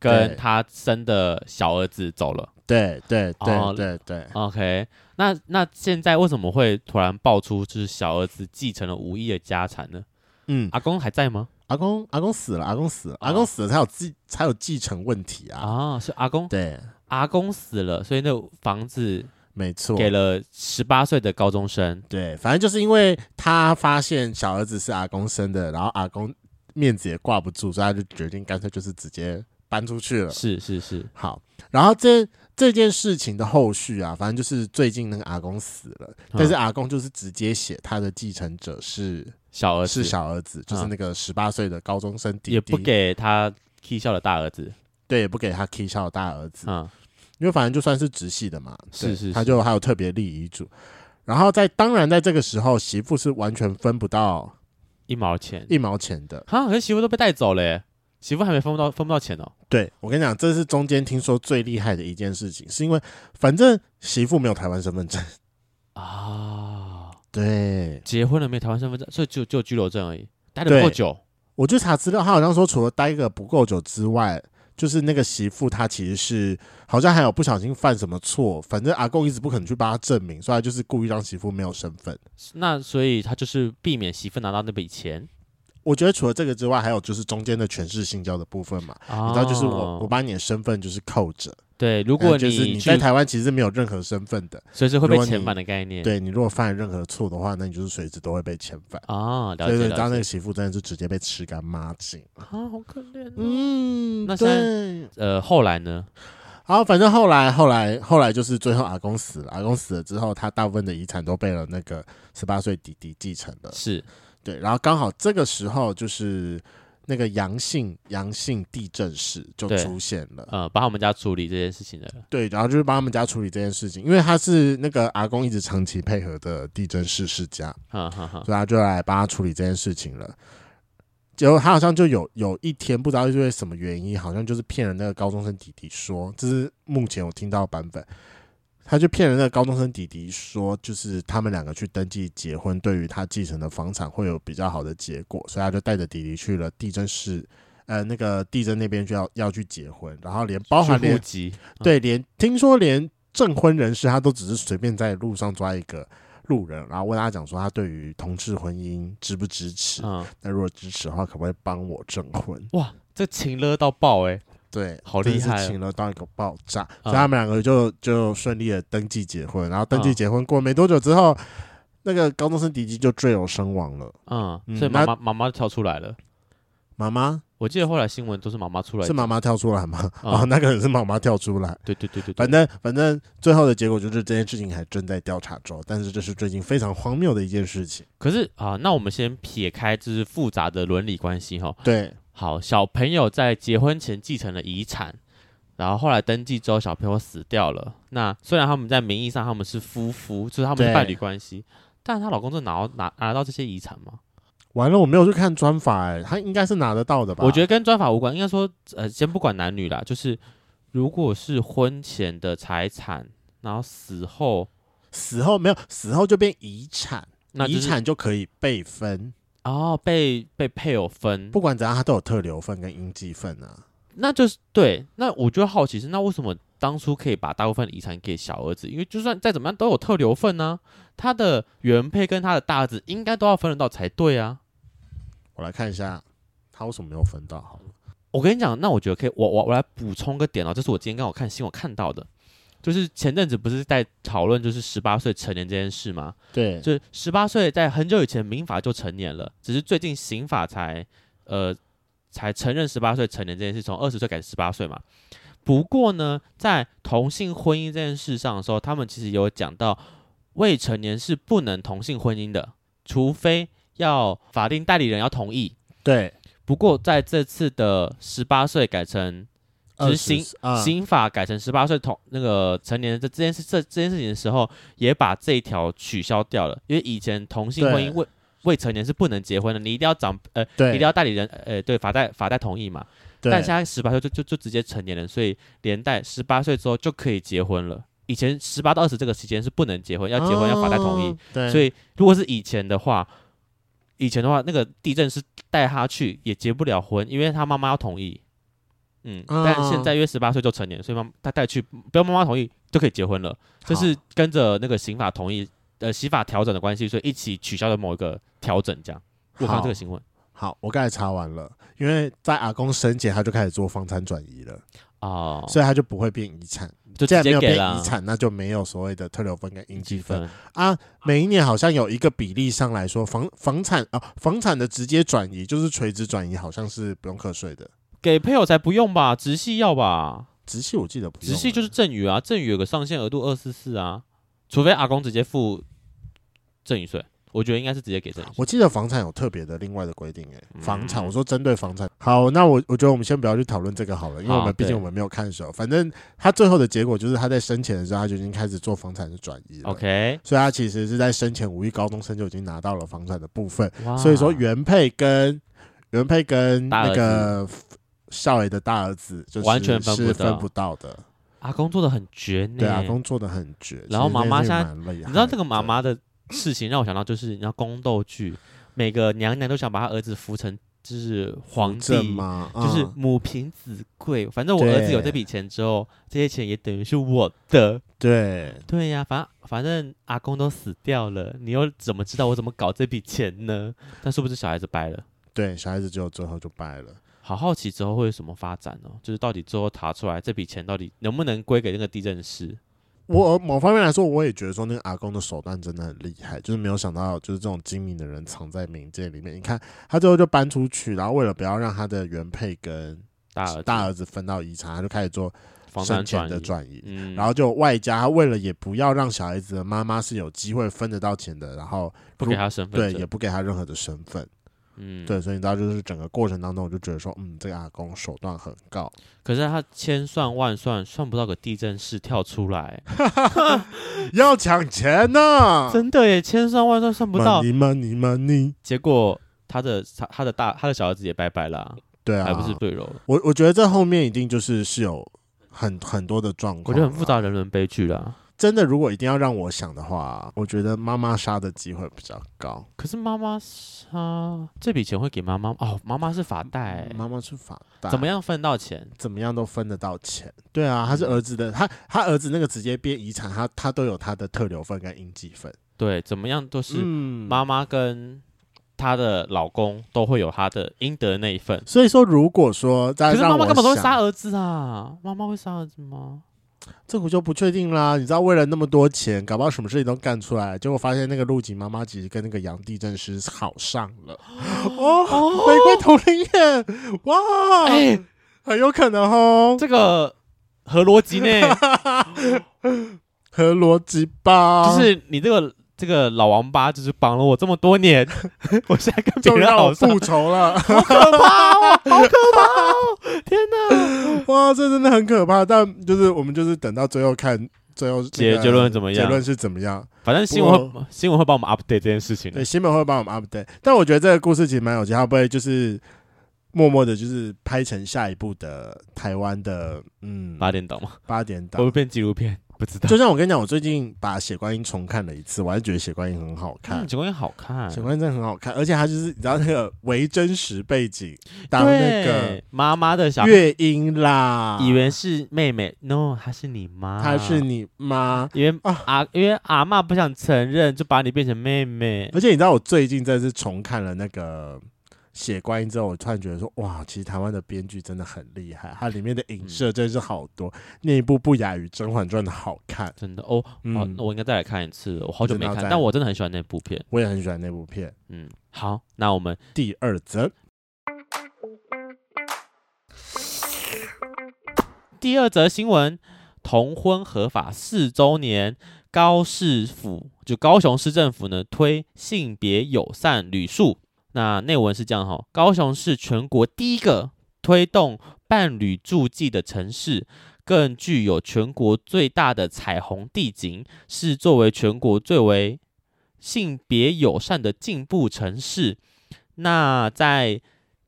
[SPEAKER 3] 对
[SPEAKER 2] 跟他生的小儿子走了。
[SPEAKER 3] 对对
[SPEAKER 2] 哦
[SPEAKER 3] 对对对，
[SPEAKER 2] OK，那那现在为什么会突然爆出就是小儿子继承了吴一的家产呢？
[SPEAKER 3] 嗯，
[SPEAKER 2] 阿公还在吗？
[SPEAKER 3] 阿公阿公死了，阿公死了，
[SPEAKER 2] 哦
[SPEAKER 3] 阿公死了才有继才有继承问题啊，
[SPEAKER 2] 啊，是阿公，
[SPEAKER 3] 对，
[SPEAKER 2] 阿公死了，所以那房子
[SPEAKER 3] 没错，
[SPEAKER 2] 给了十八岁的高中生。
[SPEAKER 3] 对，反正就是因为他发现小儿子是阿公生的，然后阿公面子也挂不住，所以他就决定干脆就是直接搬出去了。
[SPEAKER 2] 是是是，
[SPEAKER 3] 好，然后这这件事情的后续啊，反正就是最近那个阿公死了，
[SPEAKER 2] 嗯
[SPEAKER 3] 但是阿公就是直接写他的继承者是
[SPEAKER 2] 小儿子嗯
[SPEAKER 3] 是小儿子，就是那个十八岁的高中生弟弟，
[SPEAKER 2] 也不给他 K 笑的大儿子。
[SPEAKER 3] 对，也不给他 K 笑的大儿子，
[SPEAKER 2] 嗯，
[SPEAKER 3] 因为反正就算是直系的嘛，对
[SPEAKER 2] 是是
[SPEAKER 3] 他
[SPEAKER 2] 是
[SPEAKER 3] 就还有特别立遗嘱。然后在当然在这个时候，媳妇是完全分不到
[SPEAKER 2] 一毛钱。
[SPEAKER 3] 一毛钱的，
[SPEAKER 2] 啊，可是媳妇都被带走了耶，媳妇还没分不到分不到钱哦。
[SPEAKER 3] 对我跟你讲，这是中间听说最厉害的一件事情，是因为反正媳妇没有台湾身份证，
[SPEAKER 2] 啊，
[SPEAKER 3] 对啊
[SPEAKER 2] 结婚了没台湾身份证，所以就就居留证而已，待了不够
[SPEAKER 3] 对
[SPEAKER 2] 久。
[SPEAKER 3] 我去查资料，他好像说除了待个不够久之外，就是那个媳妇她其实是好像还有不小心犯什么错，反正阿公一直不肯去帮他证明，所以他就是故意让媳妇没有身份。
[SPEAKER 2] 那所以他就是避免媳妇拿到那笔钱
[SPEAKER 3] 我觉得除了这个之外，还有就是中间的权势性交的部分嘛，
[SPEAKER 2] 啊
[SPEAKER 3] 你知道，就是我我把你的身份就是扣着，
[SPEAKER 2] 对，如
[SPEAKER 3] 哦如
[SPEAKER 2] 果
[SPEAKER 3] 就是
[SPEAKER 2] 你
[SPEAKER 3] 你
[SPEAKER 2] 去
[SPEAKER 3] 在台湾其实没有任何身份的，
[SPEAKER 2] 随时会被
[SPEAKER 3] 如果
[SPEAKER 2] 遣
[SPEAKER 3] 你
[SPEAKER 2] 返的概念，
[SPEAKER 3] 对你如果犯了任何错的话，那你就是随时都会被遣返。
[SPEAKER 2] 啊，了
[SPEAKER 3] 对
[SPEAKER 2] 解
[SPEAKER 3] 对，当
[SPEAKER 2] 了
[SPEAKER 3] 那
[SPEAKER 2] 解
[SPEAKER 3] 个媳妇真的是直接被吃干抹净。
[SPEAKER 2] 啊，好可怜哦、
[SPEAKER 3] 嗯
[SPEAKER 2] 那现在
[SPEAKER 3] 对。
[SPEAKER 2] 呃，后来呢？
[SPEAKER 3] 好，反正后来后来后来就是最后阿公死了，阿公死了之后，他大部分的遗产都被了那个十八岁弟弟继承了。
[SPEAKER 2] 是
[SPEAKER 3] 对，然后刚好这个时候就是那个阳性阳性地震史就
[SPEAKER 2] 对
[SPEAKER 3] 出现了。
[SPEAKER 2] 呃，帮我们家处理这件事情的人
[SPEAKER 3] 对，然后就是帮他们家处理这件事情，因为他是那个阿公一直长期配合的地震室世家，
[SPEAKER 2] 哈哈哈。
[SPEAKER 3] 所以他就来帮他处理这件事情了。结果他好像就有有一天不知道因为什么原因，好像就是骗了那个高中生弟弟说，这是目前我听到的版本，他就骗了那个高中生弟弟说，就是他们两个去登记结婚，对于他继承的房产会有比较好的结果，所以他就带着弟弟去了地震室，呃，那个地震那边就要要去结婚，然后连包含
[SPEAKER 2] 去户
[SPEAKER 3] 连
[SPEAKER 2] 籍，
[SPEAKER 3] 对，连听说连证婚人士他都只是随便在路上抓一个路人，然后问他讲说他对于同志婚姻支不支持？
[SPEAKER 2] 嗯，
[SPEAKER 3] 那如果支持的话，可不可以帮我证婚？
[SPEAKER 2] 哇，这情勒到爆哎、
[SPEAKER 3] 对，
[SPEAKER 2] 好
[SPEAKER 3] 真
[SPEAKER 2] 厉
[SPEAKER 3] 是
[SPEAKER 2] 害哦啊
[SPEAKER 3] 请了到一个爆炸，所以他们两个就就顺利的登记结婚，然后登记
[SPEAKER 2] 嗯
[SPEAKER 3] 结婚过没多久之后，那个高中生迪基就坠楼身亡了。
[SPEAKER 2] 嗯，
[SPEAKER 3] 嗯
[SPEAKER 2] 所以妈妈妈妈跳出来了。
[SPEAKER 3] 妈妈
[SPEAKER 2] 我记得后来新闻都是妈妈出来
[SPEAKER 3] 是
[SPEAKER 2] 讲，
[SPEAKER 3] 妈妈跳出来吗？
[SPEAKER 2] 嗯
[SPEAKER 3] 哦，那个人是妈妈跳出来。
[SPEAKER 2] 对对对对对，
[SPEAKER 3] 反正反正最后的结果就是这件事情还正在调查中，但是这是最近非常荒谬的一件事情。
[SPEAKER 2] 可是啊，那我们先撇开就是复杂的伦理关系哈。
[SPEAKER 3] 对，
[SPEAKER 2] 好，小朋友在结婚前继承了遗产，然后后来登记之后，小朋友死掉了。那虽然他们在名义上他们是夫妇，就是他们是
[SPEAKER 3] 对
[SPEAKER 2] 伴侣关系，但她老公真的拿到拿拿到这些遗产吗？
[SPEAKER 3] 完了，我没有去看专法、哎，他应该是拿得到的吧？
[SPEAKER 2] 我觉得跟专法无关，应该说，呃，先不管男女啦，就是如果是婚前的财产，然后死后，
[SPEAKER 3] 死后没有，死后就变遗产，
[SPEAKER 2] 那
[SPEAKER 3] 遗
[SPEAKER 2] 就是
[SPEAKER 3] 产就可以被分，
[SPEAKER 2] 哦被被配偶分，
[SPEAKER 3] 不管怎样，它都有特留份跟应继份啊。
[SPEAKER 2] 那就是对。那我就好奇是，那为什么当初可以把大部分的遗产给小儿子？因为就算再怎么样都有特留份呢、他的原配跟他的大儿子应该都要分得到才对啊。
[SPEAKER 3] 我来看一下，他为什么没有分到？好了，
[SPEAKER 2] 我跟你讲，那我觉得可以，我我我来补充个点哦，这是我今天刚好看新闻看到的，就是前阵子不是在讨论就是十八岁成年这件事吗？
[SPEAKER 3] 对，
[SPEAKER 2] 就是十八岁，在很久以前民法就成年了，只是最近刑法才呃才承认十八岁成年这件事，从二十岁改成十八岁嘛。不过呢，在同性婚姻这件事上的时候，他们其实有讲到，未成年是不能同性婚姻的，除非要法定代理人要同意。
[SPEAKER 3] 对，
[SPEAKER 2] 不过在这次的十八岁改成就是刑
[SPEAKER 3] 20啊，
[SPEAKER 2] 刑法改成十八岁同那个成年人这这件事这这件事情的时候，也把这一条取消掉了，因为以前同性婚姻
[SPEAKER 3] 对
[SPEAKER 2] 未未成年是不能结婚的，你一定要长呃，
[SPEAKER 3] 对，
[SPEAKER 2] 你一定要代理人呃，对法代法代同意嘛。
[SPEAKER 3] 对
[SPEAKER 2] 但现在十八岁就就就直接成年人，所以连带十八岁之后就可以结婚了。以前十八到二十这个时间是不能结婚，要结婚要法代同意
[SPEAKER 3] 哦。，对，
[SPEAKER 2] 所以如果是以前的话，以前的话，那个地震是带他去也结不了婚，因为他妈妈要同意。嗯，
[SPEAKER 3] 嗯
[SPEAKER 2] 但现在因为十八岁就成年，所以妈他带去不要妈妈同意就可以结婚了，这是
[SPEAKER 3] 好
[SPEAKER 2] 跟着那个刑法同意呃刑法调整的关系，所以一起取消的某一个调整这样。我看到这个
[SPEAKER 3] 好
[SPEAKER 2] 新闻
[SPEAKER 3] 好，我刚才查完了，因为在阿公生前他就开始做房产转移了，
[SPEAKER 2] 哦，
[SPEAKER 3] 所以他就不会变遗产。
[SPEAKER 2] 就直
[SPEAKER 3] 既然没
[SPEAKER 2] 接
[SPEAKER 3] 有
[SPEAKER 2] 给
[SPEAKER 3] 变
[SPEAKER 2] 了嗯
[SPEAKER 3] 遗产，那就没有所谓的特留分跟应继
[SPEAKER 2] 积
[SPEAKER 3] 分
[SPEAKER 2] 分
[SPEAKER 3] 啊。每一年好像有一个比例上来说，房房产啊、房产的直接转移就是垂直转移，好像是不用课税的。
[SPEAKER 2] 给配偶才不用吧，直系要吧，
[SPEAKER 3] 直系我记得不用
[SPEAKER 2] 直
[SPEAKER 3] 了，
[SPEAKER 2] 系就是赠与啊，赠与有个上限额度二四四啊，除非阿公直接付赠与税，我觉得应该是直接给赠与税。
[SPEAKER 3] 我记得房产有特别的另外的规定诶、
[SPEAKER 2] 嗯
[SPEAKER 3] 房产我说针对房产。好，那我我觉得我们先不要去讨论这个好了，因为
[SPEAKER 2] 好
[SPEAKER 3] 我们毕
[SPEAKER 2] 对
[SPEAKER 3] 竟我们没有看手。反正他最后的结果就是他在生前的时候他就已经开始做房产的转移了。
[SPEAKER 2] OK，
[SPEAKER 3] 所以他其实是在生前五一高中生就已经拿到了房产的部分，
[SPEAKER 2] 哇
[SPEAKER 3] 所以说原配跟原配跟
[SPEAKER 2] 大儿
[SPEAKER 3] 那
[SPEAKER 2] 子
[SPEAKER 3] 个少爷的大儿子就是
[SPEAKER 2] 完全分不
[SPEAKER 3] 是
[SPEAKER 2] 到
[SPEAKER 3] 分不到的，
[SPEAKER 2] 阿公做的很绝呢。
[SPEAKER 3] 对啊，工作的很绝。
[SPEAKER 2] 然后妈妈
[SPEAKER 3] 现
[SPEAKER 2] 现在
[SPEAKER 3] 你
[SPEAKER 2] 你知道这个妈妈的事情让我想到，就是你知道宫斗剧，每个娘娘都想把她儿子扶成就是皇帝
[SPEAKER 3] 正吗？
[SPEAKER 2] 就是
[SPEAKER 3] 嗯
[SPEAKER 2] 母凭子贵，反正我儿子有这
[SPEAKER 3] 对
[SPEAKER 2] 笔钱之后，这些钱也等于是我的。
[SPEAKER 3] 对，
[SPEAKER 2] 对呀、反反正阿公都死掉了，你又怎么知道我怎么搞这笔钱呢？但是不是小孩子掰了？
[SPEAKER 3] 对，小孩子只有最后就败了。
[SPEAKER 2] 好好奇之后会有什么发展哦？就是到底最后查出来这笔钱到底能不能归给那个地震师？
[SPEAKER 3] 我某方面来说，我也觉得说那个阿公的手段真的很厉害，就是没有想到，就是这种精明的人藏在冥界里面。你看他最后就搬出去，然后为了不要让他的原配跟
[SPEAKER 2] 大儿子
[SPEAKER 3] 大儿子分到遗产，他就开始做
[SPEAKER 2] 房
[SPEAKER 3] 生
[SPEAKER 2] 产转
[SPEAKER 3] 前的
[SPEAKER 2] 移，
[SPEAKER 3] 转移。
[SPEAKER 2] 嗯，
[SPEAKER 3] 然后就外加他为了也不要让小孩子的妈妈是有机会分得到钱的，然后
[SPEAKER 2] 不给他身份
[SPEAKER 3] 对
[SPEAKER 2] 证，
[SPEAKER 3] 也不给他任何的身份，
[SPEAKER 2] 嗯，
[SPEAKER 3] 对，所以你知道就是整个过程当中，我就觉得说，嗯，这个阿公手段很高，
[SPEAKER 2] 可是他千算万算算不到个地震师跳出来，
[SPEAKER 3] 要抢钱呢，
[SPEAKER 2] 真的耶，千算万算算不到，
[SPEAKER 3] 你们你们你，
[SPEAKER 2] 结果他的他他的大他的小儿子也拜拜啦、
[SPEAKER 3] 对啊，
[SPEAKER 2] 还哎不是对楼，
[SPEAKER 3] 我我觉得这后面一定就是是有很很多的状
[SPEAKER 2] 我
[SPEAKER 3] 况，啊
[SPEAKER 2] 觉得很复。杂人伦悲剧啦。
[SPEAKER 3] 真的，如果一定要让我想的话，我觉得妈妈杀的机会比较高。
[SPEAKER 2] 可是妈妈杀这笔钱会给妈妈哦，妈妈是法代，
[SPEAKER 3] 妈妈是法大，
[SPEAKER 2] 哎怎么样分到钱？
[SPEAKER 3] 怎么样都分得到钱。对啊，他是
[SPEAKER 2] 嗯
[SPEAKER 3] 儿子的，他他儿子那个直接变遗产，他他都有他的特留份跟应继份。
[SPEAKER 2] 对，怎么样都是
[SPEAKER 3] 嗯
[SPEAKER 2] 妈妈跟她的老公都会有她的应得那一份。
[SPEAKER 3] 所以说，如果说再
[SPEAKER 2] 可是
[SPEAKER 3] 让
[SPEAKER 2] 妈妈
[SPEAKER 3] 我
[SPEAKER 2] 根本都会
[SPEAKER 3] 想
[SPEAKER 2] 杀儿子啊！妈妈会杀儿子吗？
[SPEAKER 3] 这我就不确定啦。你知道，为了那么多钱，搞不好什么事情都干出来，结果发现那个陆景妈妈其实跟那个杨地震师好上了。哦，玫瑰同林宴， 哇，
[SPEAKER 2] 哎、
[SPEAKER 3] 很有可能哦，
[SPEAKER 2] 这个合逻辑呢？
[SPEAKER 3] 合逻辑吧？
[SPEAKER 2] 就是你这个这个老王八，就是绑了我这么多 年，我现在跟别
[SPEAKER 3] 就
[SPEAKER 2] 人
[SPEAKER 3] 让
[SPEAKER 2] 好
[SPEAKER 3] 我
[SPEAKER 2] 上，
[SPEAKER 3] 复仇了，
[SPEAKER 2] 好可怕哦，好可怕哦！天哪！
[SPEAKER 3] 哇，这真的很可怕。但就是我们就是等到最后看最后那个
[SPEAKER 2] 结结论怎么样
[SPEAKER 3] 结论是怎么样？
[SPEAKER 2] 反正新闻会新闻会帮我们 update 这件事情的
[SPEAKER 3] 对，。新闻会帮我们 update。但我觉得这个故事其实蛮有趣，它会不会就是默默的，就是拍成下一部的台湾的嗯
[SPEAKER 2] 八点档吗？
[SPEAKER 3] 八点
[SPEAKER 2] 会不
[SPEAKER 3] 档
[SPEAKER 2] 会？变纪录片？不知道。
[SPEAKER 3] 就像我跟你讲，我最近把《血观音》重看了一次，我还是觉得《血观音》很好看
[SPEAKER 2] 嗯，。景观也好看。
[SPEAKER 3] 血观音真的很好看，而且它就是你知道那个 为真实背景当那个
[SPEAKER 2] 对妈妈的小，
[SPEAKER 3] 乐音啦，
[SPEAKER 2] 以为是妹妹，no，她是你妈，
[SPEAKER 3] 她是，你妈。
[SPEAKER 2] 因为
[SPEAKER 3] 啊
[SPEAKER 2] 阿因为阿嬷不想承认，就把你变成妹妹。
[SPEAKER 3] 而且你知道，我最近再次重看了那个《血观音》之后，我突然觉得说，哇，其实台湾的编剧真的很厉害，它里面的
[SPEAKER 4] 嗯
[SPEAKER 3] 影射真是好多，那一部不亚于《甄嬛传》的好看。
[SPEAKER 2] 真的哦，好，
[SPEAKER 3] 嗯
[SPEAKER 2] 那，我应该再来看一次了。我好久没
[SPEAKER 3] 不知道
[SPEAKER 2] 看，
[SPEAKER 3] 在
[SPEAKER 2] 但我真的很喜欢那部片。
[SPEAKER 3] 我也很喜欢那部片。
[SPEAKER 2] 嗯，好，那我们
[SPEAKER 3] 第二则，
[SPEAKER 2] 第二则新闻：同婚合法四周年，高市府就高雄市政府呢推性别友善旅宿。那内文是这样哈、高雄是全国第一个推动伴侣住记的城市，更具有全国最大的彩虹地景，是作为全国最为性别友善的进步城市。那在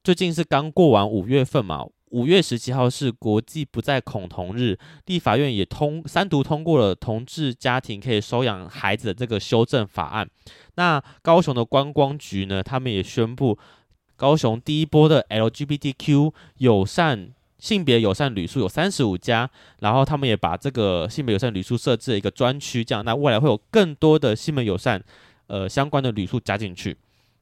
[SPEAKER 2] 最近是刚过完五月份嘛，五月十七号是国际不再恐同日，立法院也通三读通过了同志家庭可以收养孩子的这个修正法案。那高雄的观光局呢，他们也宣布，高雄第一波的 LGBTQ 友善。性别友善旅宿有三十五家，然后他们也把这个性别友善旅宿设置了一个专区，这样那未来会有更多的性别友善呃相关的旅宿加进去。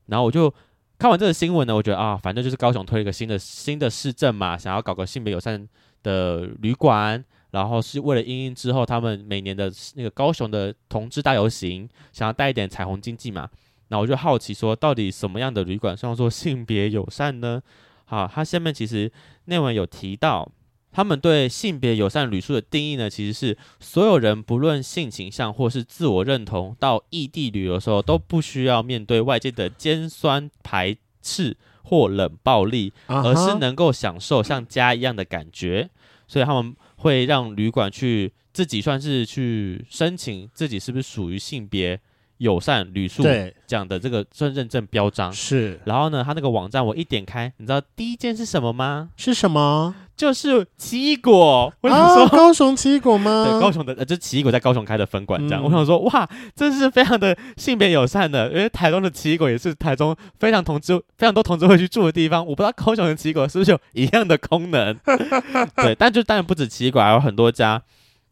[SPEAKER 2] 然后我就看完这个新闻呢，我觉得啊，反正就是高雄推了一个新的新的市政嘛，想要搞个性别友善的旅馆，然后是为了因应之后他们每年的那个高雄的同志大游行，想要带一点彩虹经济嘛。那我就好奇说，到底什么样的旅馆算做性别友善呢？好，它下面其实内文有提到，他们对性别友善旅宿的定义呢，其实是所有人不论性倾向或是自我认同，到异地旅游的时候都不需要面对外界的尖酸排斥或冷暴力，而
[SPEAKER 3] 而
[SPEAKER 2] 是能够享受像家一样的感觉。所以他们会让旅馆去自己算是去申请自己是不是属于性别友善旅宿
[SPEAKER 3] 对
[SPEAKER 2] 这样的这个认认证
[SPEAKER 4] 啊
[SPEAKER 2] 标章。
[SPEAKER 3] 是
[SPEAKER 2] 然后呢，他那个网站我一点开，你知道第一件是什么吗？
[SPEAKER 3] 是什么？
[SPEAKER 4] 就是奇异果。我想说，
[SPEAKER 3] 啊，高雄奇异果
[SPEAKER 4] 对，
[SPEAKER 3] 吗？
[SPEAKER 4] 高雄的，呃，就奇异果在高雄开的分馆这样。
[SPEAKER 3] 嗯
[SPEAKER 4] 我想说，哇，真是非常的性别友善的，因为台中的奇异果也是台中非常同志、非常多同志会去住的地方。我不知道高雄的奇异果是不是有一样的功 能？对，但就当然不止奇异果，还有很多家。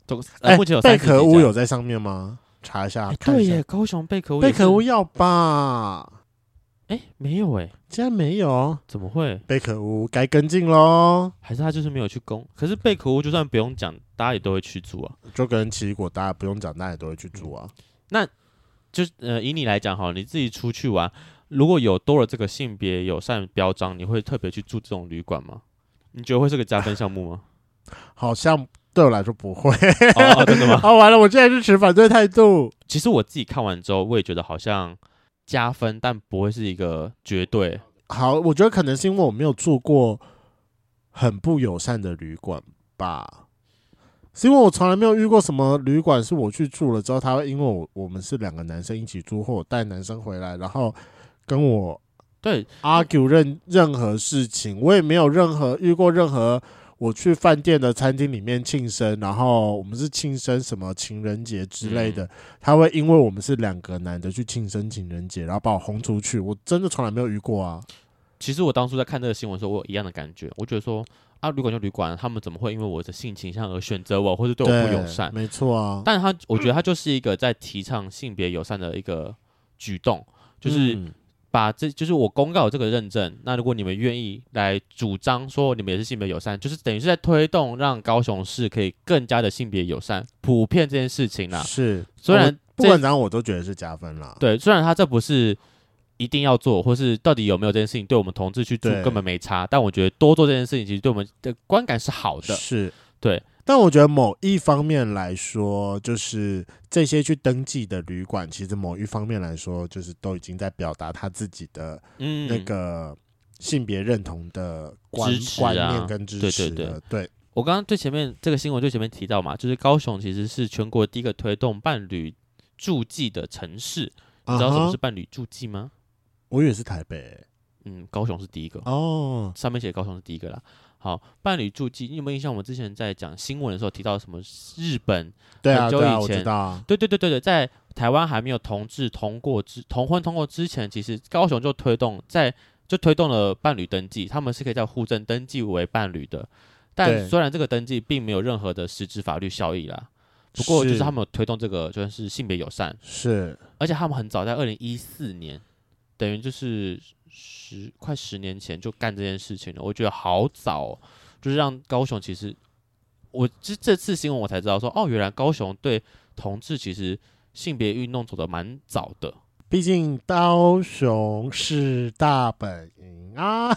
[SPEAKER 4] 总呃，
[SPEAKER 3] 哎，
[SPEAKER 4] 目前有三
[SPEAKER 3] 贝
[SPEAKER 4] 十几
[SPEAKER 3] 壳屋
[SPEAKER 4] 家
[SPEAKER 3] 有在上面吗？查一下
[SPEAKER 4] 哎，
[SPEAKER 3] 看
[SPEAKER 4] 对
[SPEAKER 3] 一下
[SPEAKER 4] 耶，。高雄贝壳屋也
[SPEAKER 3] 贝
[SPEAKER 4] 是，
[SPEAKER 3] 壳屋要吧？
[SPEAKER 4] 哎没有哎，
[SPEAKER 3] 竟然没有
[SPEAKER 4] 怎么会？
[SPEAKER 3] 贝壳屋，该跟进喽。
[SPEAKER 4] 还是他就是没有去攻？可是贝壳屋就算不用讲，大家也都会去住啊。
[SPEAKER 3] 就跟奇异果，大家不用讲，大家也都会去住啊。
[SPEAKER 4] 就是呃，以你来讲好，你自己出去玩，如果有多了这个性别友善标章，你会特别去住这种旅馆吗？你觉得会是个加分项目吗？
[SPEAKER 3] 好像对我来说不会。
[SPEAKER 4] 哦，哦真 的吗？
[SPEAKER 3] 哦，完了，我竟然是持反对态度。
[SPEAKER 4] 其实我自己看完之后，我也觉得好像加分，但不会是一个绝对。
[SPEAKER 3] 好，我觉得可能是因为我没有住过很不友善的旅馆吧，是因为我从来没有遇过什么旅馆是我去住了之后，他会因为我我们是两个男生一起住，或我带男生回来，然后跟我
[SPEAKER 4] 对，
[SPEAKER 3] argue 任任何事情，我也没有任何遇过任何。我去饭店的餐厅里面庆生，然后我们是庆生什么情人节之类
[SPEAKER 4] 嗯
[SPEAKER 3] 的，他会因为我们是两个男的去庆生情人节，然后把我轰出去，我真的从来没有遇过啊。
[SPEAKER 4] 其实我当初在看这个新闻的时候，我有一样的感觉，我觉得说啊，旅馆就旅馆，他们怎么会因为我的性倾向而选择我，或者对我不友善？
[SPEAKER 3] 没错啊。
[SPEAKER 4] 但他，我觉得他就是一个在提倡性别友善的一个举动，就是
[SPEAKER 3] 嗯
[SPEAKER 4] 把这就是我公告有这个认证。那如果你们愿意来主张说你们也是性别友善，就是等于是在推动让高雄市可以更加的性别友善普遍这件事情啦。
[SPEAKER 3] 是，
[SPEAKER 4] 虽然
[SPEAKER 3] 我不管怎样，我都觉得是加分啦。
[SPEAKER 4] 对，虽然他这不是一定要做，或是到底有没有这件事情对我们同志去做
[SPEAKER 3] 对
[SPEAKER 4] 根本没差，但我觉得多做这件事情其实对我们的观感是好的。
[SPEAKER 3] 是，
[SPEAKER 4] 对。
[SPEAKER 3] 但我觉得某一方面来说，就是这些去登记的旅馆，其实某一方面来说，就是都已经在表达他自己的
[SPEAKER 4] 嗯，
[SPEAKER 3] 那个性别认同的观、
[SPEAKER 4] 支持啊
[SPEAKER 3] 观念跟支持的。对
[SPEAKER 4] 我刚刚最前面这个新闻最前面提到嘛，就是高雄其实是全国第一个推动伴侣住记的城市。你知道什么
[SPEAKER 3] 啊
[SPEAKER 4] 是
[SPEAKER 3] 哈
[SPEAKER 4] 伴侣住记吗？
[SPEAKER 3] 我以为是台北
[SPEAKER 4] 嗯，高雄是第一个，
[SPEAKER 3] 哦，
[SPEAKER 4] 上面写高雄是第一个啦。好，伴侣住记，你有没有印象？我们之前在讲新闻的时候提到什么日本？
[SPEAKER 3] 对啊，
[SPEAKER 4] 很久
[SPEAKER 3] 对啊，
[SPEAKER 4] 以
[SPEAKER 3] 我知
[SPEAKER 4] 前
[SPEAKER 3] 道啊。
[SPEAKER 4] 对对对对对，在台湾还没有同志通过之同婚通过之前，其实高雄就推动在就推动了伴侣登记，他们是可以在户政登记为伴侣的。但
[SPEAKER 3] 对
[SPEAKER 4] 虽然这个登记并没有任何的实质法律效益啦，不过就是他们有推动这个，就是性别友善，
[SPEAKER 3] 是
[SPEAKER 4] 而且他们很早在二零一四年，等于就是十快十年前就干这件事情了。我觉得好早、哦，就是让高雄其实，我这这次新闻我才知道说，哦，原来高雄对同志其实性别运动走的蛮早 的。
[SPEAKER 3] 毕竟高雄是大本营啊，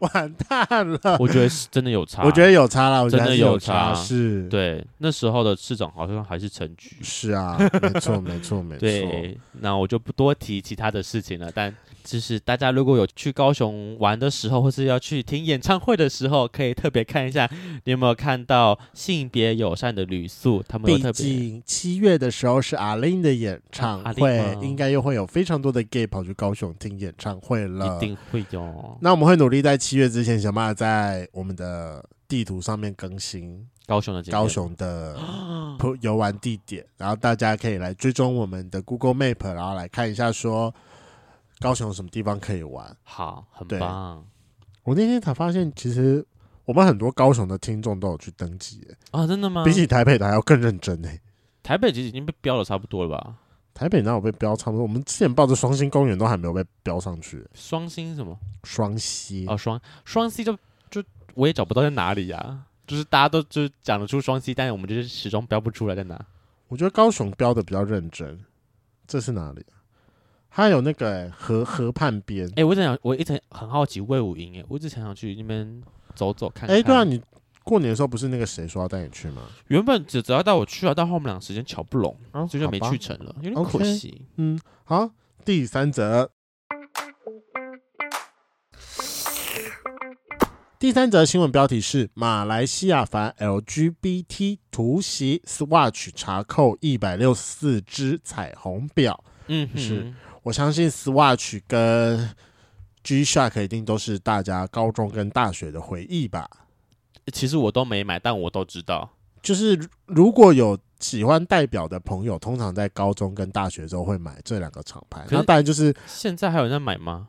[SPEAKER 3] 完蛋了！
[SPEAKER 4] 我觉得是真的有差，
[SPEAKER 3] 我觉得有差啦，我觉得
[SPEAKER 4] 啊真的
[SPEAKER 3] 还是
[SPEAKER 4] 有
[SPEAKER 3] 有
[SPEAKER 4] 差
[SPEAKER 3] 是，，
[SPEAKER 4] 对那时候的市长好像还是陈菊。
[SPEAKER 3] 是啊，没 错，没错，没错。
[SPEAKER 4] 对，那我就不多提其他的事情了。但就是大家如果有去高雄玩的时候，或是要去听演唱会的时候，可以特别看一下，你有没有看到性别友善的旅宿，他们有
[SPEAKER 3] 毕
[SPEAKER 4] 特别。
[SPEAKER 3] 竟七月的时候是阿令的演唱
[SPEAKER 4] 啊阿
[SPEAKER 3] 会，
[SPEAKER 4] 令吗
[SPEAKER 3] 应该又会有非常多的 gay 跑去高雄听演唱会了。
[SPEAKER 4] 一定会有哦
[SPEAKER 3] 那我们会努力在七月之前想办法在我们的地图上面更新
[SPEAKER 4] 高雄的景点
[SPEAKER 3] 高雄 的普游玩地点，然后大家可以来追踪我们的 Google Map，然后来看一下说高雄有什么地方可以玩。
[SPEAKER 4] 好，很
[SPEAKER 3] 对
[SPEAKER 4] 棒
[SPEAKER 3] 我那天才发现，其实我们很多高雄的听众都有去登记耶，
[SPEAKER 4] 啊！真的吗？
[SPEAKER 3] 比起台北的还要更认真呢。
[SPEAKER 4] 台北其实已经被标的差不多了吧？
[SPEAKER 3] 台北哪有被标差不多？我们之前报的双星公园都还没有被标上去，
[SPEAKER 4] 双星什么？
[SPEAKER 3] 双溪
[SPEAKER 4] 哦，双双 C 就就我也找不到在哪里呀、就是大家都就是讲得出双 C，但是我们就是始终标不出来在哪。
[SPEAKER 3] 我觉得高雄标的比较认真。这是哪里啊？它有那个欸河河畔边。
[SPEAKER 4] 哎、我一直想，我一直很好奇魏武营，哎，我一直很想去那边走走看看。
[SPEAKER 3] 哎，对啊，你过年的时候不是那个谁说要带你去吗？
[SPEAKER 4] 原本只只要带我去啊，但后面俩时间瞧不拢，所以就没
[SPEAKER 3] 好吧
[SPEAKER 4] 去成了，有点
[SPEAKER 3] OK
[SPEAKER 4] 可惜。
[SPEAKER 3] 嗯，好，第三则。第三则新闻标题是：马来西亚反 LGBT 突袭 Swatch 查扣一百六十四只彩虹表。
[SPEAKER 4] 嗯哼，
[SPEAKER 3] 是我相信 Swatch 跟 G Shock 一定都是大家高中跟大学的回忆吧。
[SPEAKER 2] 其实我都没买，但我都知道。
[SPEAKER 3] 就是如如果有喜欢代表的朋友，通常在高中跟大学时候会买这两个厂牌。
[SPEAKER 2] 可是
[SPEAKER 3] 那当然就是
[SPEAKER 2] 现在还有人在买吗？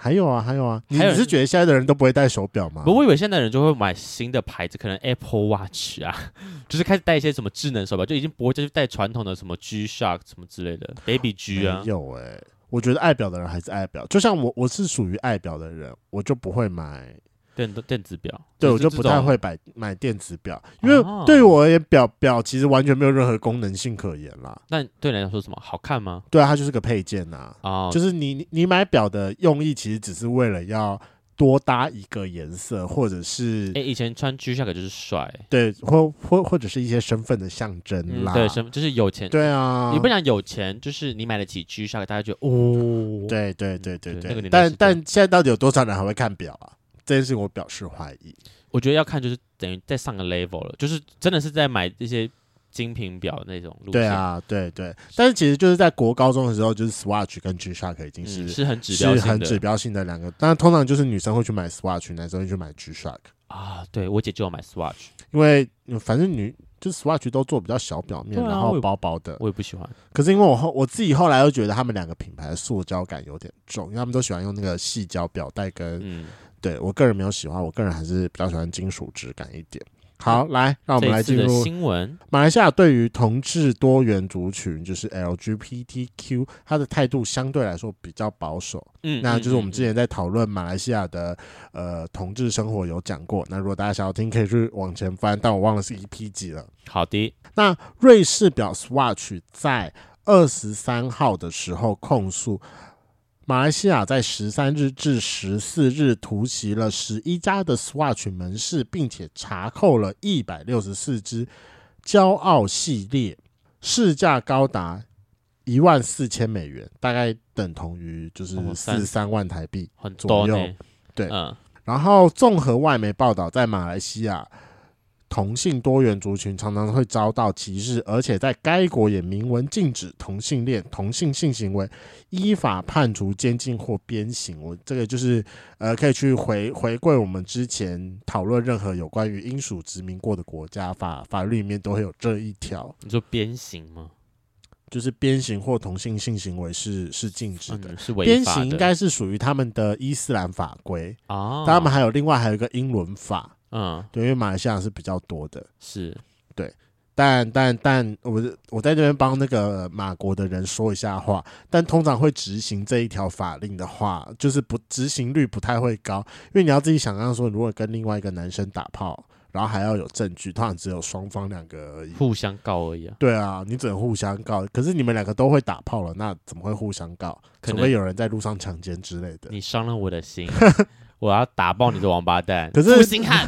[SPEAKER 3] 还有啊，还有啊，你
[SPEAKER 2] 还有
[SPEAKER 3] 你是觉得现在的人都不会戴手表吗？
[SPEAKER 2] 不，我以为现在人就会买新的牌子，可能 Apple Watch 啊， 就是开始戴一些什么智能手表，就已经不会再去戴传统的什么 G Shock 什么之类的 Baby G 啊
[SPEAKER 3] 没。有哎、我觉得爱表的人还是爱表，就像我，我是属于爱表的人，我就不会买，
[SPEAKER 2] 电电子表，
[SPEAKER 3] 对我
[SPEAKER 2] 是
[SPEAKER 3] 就
[SPEAKER 2] 这
[SPEAKER 3] 不太
[SPEAKER 2] 种
[SPEAKER 3] 会买买电子表，因为
[SPEAKER 2] 哦
[SPEAKER 3] 对于我而言，表表其实完全没有任何功能性可言啦。
[SPEAKER 2] 那对你来说什么好看吗？
[SPEAKER 3] 对啊，它就是个配件呐、
[SPEAKER 2] 啊、
[SPEAKER 3] 就是你你你买表的用意其实只是为了要多搭一个颜色，或者是、
[SPEAKER 2] 哎、以前穿 G Shock 就是帅，
[SPEAKER 3] 对或或或者是一些身份的象征
[SPEAKER 2] 嗯，
[SPEAKER 3] 啦。
[SPEAKER 2] 对，什么就是有钱，
[SPEAKER 3] 对啊，
[SPEAKER 2] 你不讲有钱，就是你买得起 G Shock，大家觉得哦，，
[SPEAKER 3] 对对对对
[SPEAKER 2] 对
[SPEAKER 3] 对，
[SPEAKER 2] 那个年代
[SPEAKER 3] 但
[SPEAKER 2] 是这
[SPEAKER 3] 但
[SPEAKER 2] 样
[SPEAKER 3] 现在到底有多少人还会看表啊？这件事情我表示怀疑。
[SPEAKER 2] 我觉得要看就是等于在上个 level 了，就是真的是在买这些精品表那种路线，
[SPEAKER 3] 对，啊，对对，但是其实就是在国高中的时候，就是 Swatch 跟 G Shock 已经是、
[SPEAKER 2] 嗯，是很指标
[SPEAKER 3] 是
[SPEAKER 2] 性的
[SPEAKER 3] 很指标性的两个，但通常就是女生会去买 Swatch，男生会去买 G Shock，
[SPEAKER 2] 啊。对我姐就有买 Swatch，
[SPEAKER 3] 因为嗯反正女就 Swatch 都做比较小表面，
[SPEAKER 2] 对啊
[SPEAKER 3] 然
[SPEAKER 2] 我
[SPEAKER 3] 后
[SPEAKER 2] 也
[SPEAKER 3] 薄薄的。
[SPEAKER 2] 我也不喜欢，
[SPEAKER 3] 可是因为我后我自己后来又觉得他们两个品牌的塑胶感有点重，因为他们都喜欢用那个细胶表带跟、
[SPEAKER 2] 嗯，
[SPEAKER 3] 对我个人没有喜欢，我个人还是比较喜欢金属质感一点。
[SPEAKER 2] 嗯
[SPEAKER 3] 好，来，让我们来
[SPEAKER 2] 这一
[SPEAKER 3] 进
[SPEAKER 2] 次的
[SPEAKER 3] 入
[SPEAKER 2] 新闻，
[SPEAKER 3] 马来西亚对于同志多元族群，就是
[SPEAKER 2] 嗯
[SPEAKER 3] LGBTQ，它的态度相对来说比较保守。
[SPEAKER 2] 嗯，
[SPEAKER 3] 那
[SPEAKER 2] 嗯
[SPEAKER 3] 就是我们
[SPEAKER 2] 嗯
[SPEAKER 3] 之前在讨论马来西亚的呃同志生活有讲过。那如果大家想要听，可以去往前翻，但我忘了是 EP 几了。
[SPEAKER 2] 好的，
[SPEAKER 3] 那瑞士表 Swatch 在二十三号的时候控诉。马来西亚在十三日至十四日突袭了十一家的 Swatch 门市，并且查扣了一百六十四只骄傲系列，市价高达一万四千美元，大概等同于就是
[SPEAKER 2] 哦
[SPEAKER 3] 四
[SPEAKER 2] 三
[SPEAKER 3] 十三万台币。
[SPEAKER 2] 很
[SPEAKER 3] 左
[SPEAKER 2] 多
[SPEAKER 3] 右
[SPEAKER 2] 呢，
[SPEAKER 3] 对
[SPEAKER 2] 嗯，
[SPEAKER 3] 然后，综合外媒报道，在马来西亚，同性多元族群常常会遭到歧视，而且在该国也明文禁止同性恋、同性性行为，依法判处监禁或鞭刑。我这个就是呃，可以去回回归我们之前讨论任何有关于英属殖民过的国家法法律里面都会有这一条，
[SPEAKER 2] 你说鞭刑吗？
[SPEAKER 3] 就是鞭刑或同性性行为是是禁止的。
[SPEAKER 2] 嗯，是违
[SPEAKER 3] 鞭
[SPEAKER 2] 法的，
[SPEAKER 3] 刑应该是属于他们的伊斯兰法规，
[SPEAKER 2] 啊，
[SPEAKER 3] 他们还有另外还有一个英伦法。
[SPEAKER 2] 嗯
[SPEAKER 3] 对，因为马来西亚是比较多的。
[SPEAKER 2] 是
[SPEAKER 3] 但但但，我是我在这边帮那个马国的人说一下话。但通常会执行这一条法令的话，就是不执行率不太会高，因为你要自己想象说，如果跟另外一个男生打炮，然后还要有证据，通常只有双方两个而已。
[SPEAKER 2] 互相告而已啊。
[SPEAKER 3] 对啊，你只能互相告。可是你们两个都会打炮了，那怎么会互相告？
[SPEAKER 2] 可
[SPEAKER 3] 除
[SPEAKER 2] 能
[SPEAKER 3] 非有人在路上强奸之类的。
[SPEAKER 2] 你伤了我的心， 我要打爆你的王八 蛋！
[SPEAKER 3] 可是
[SPEAKER 2] 负心汉。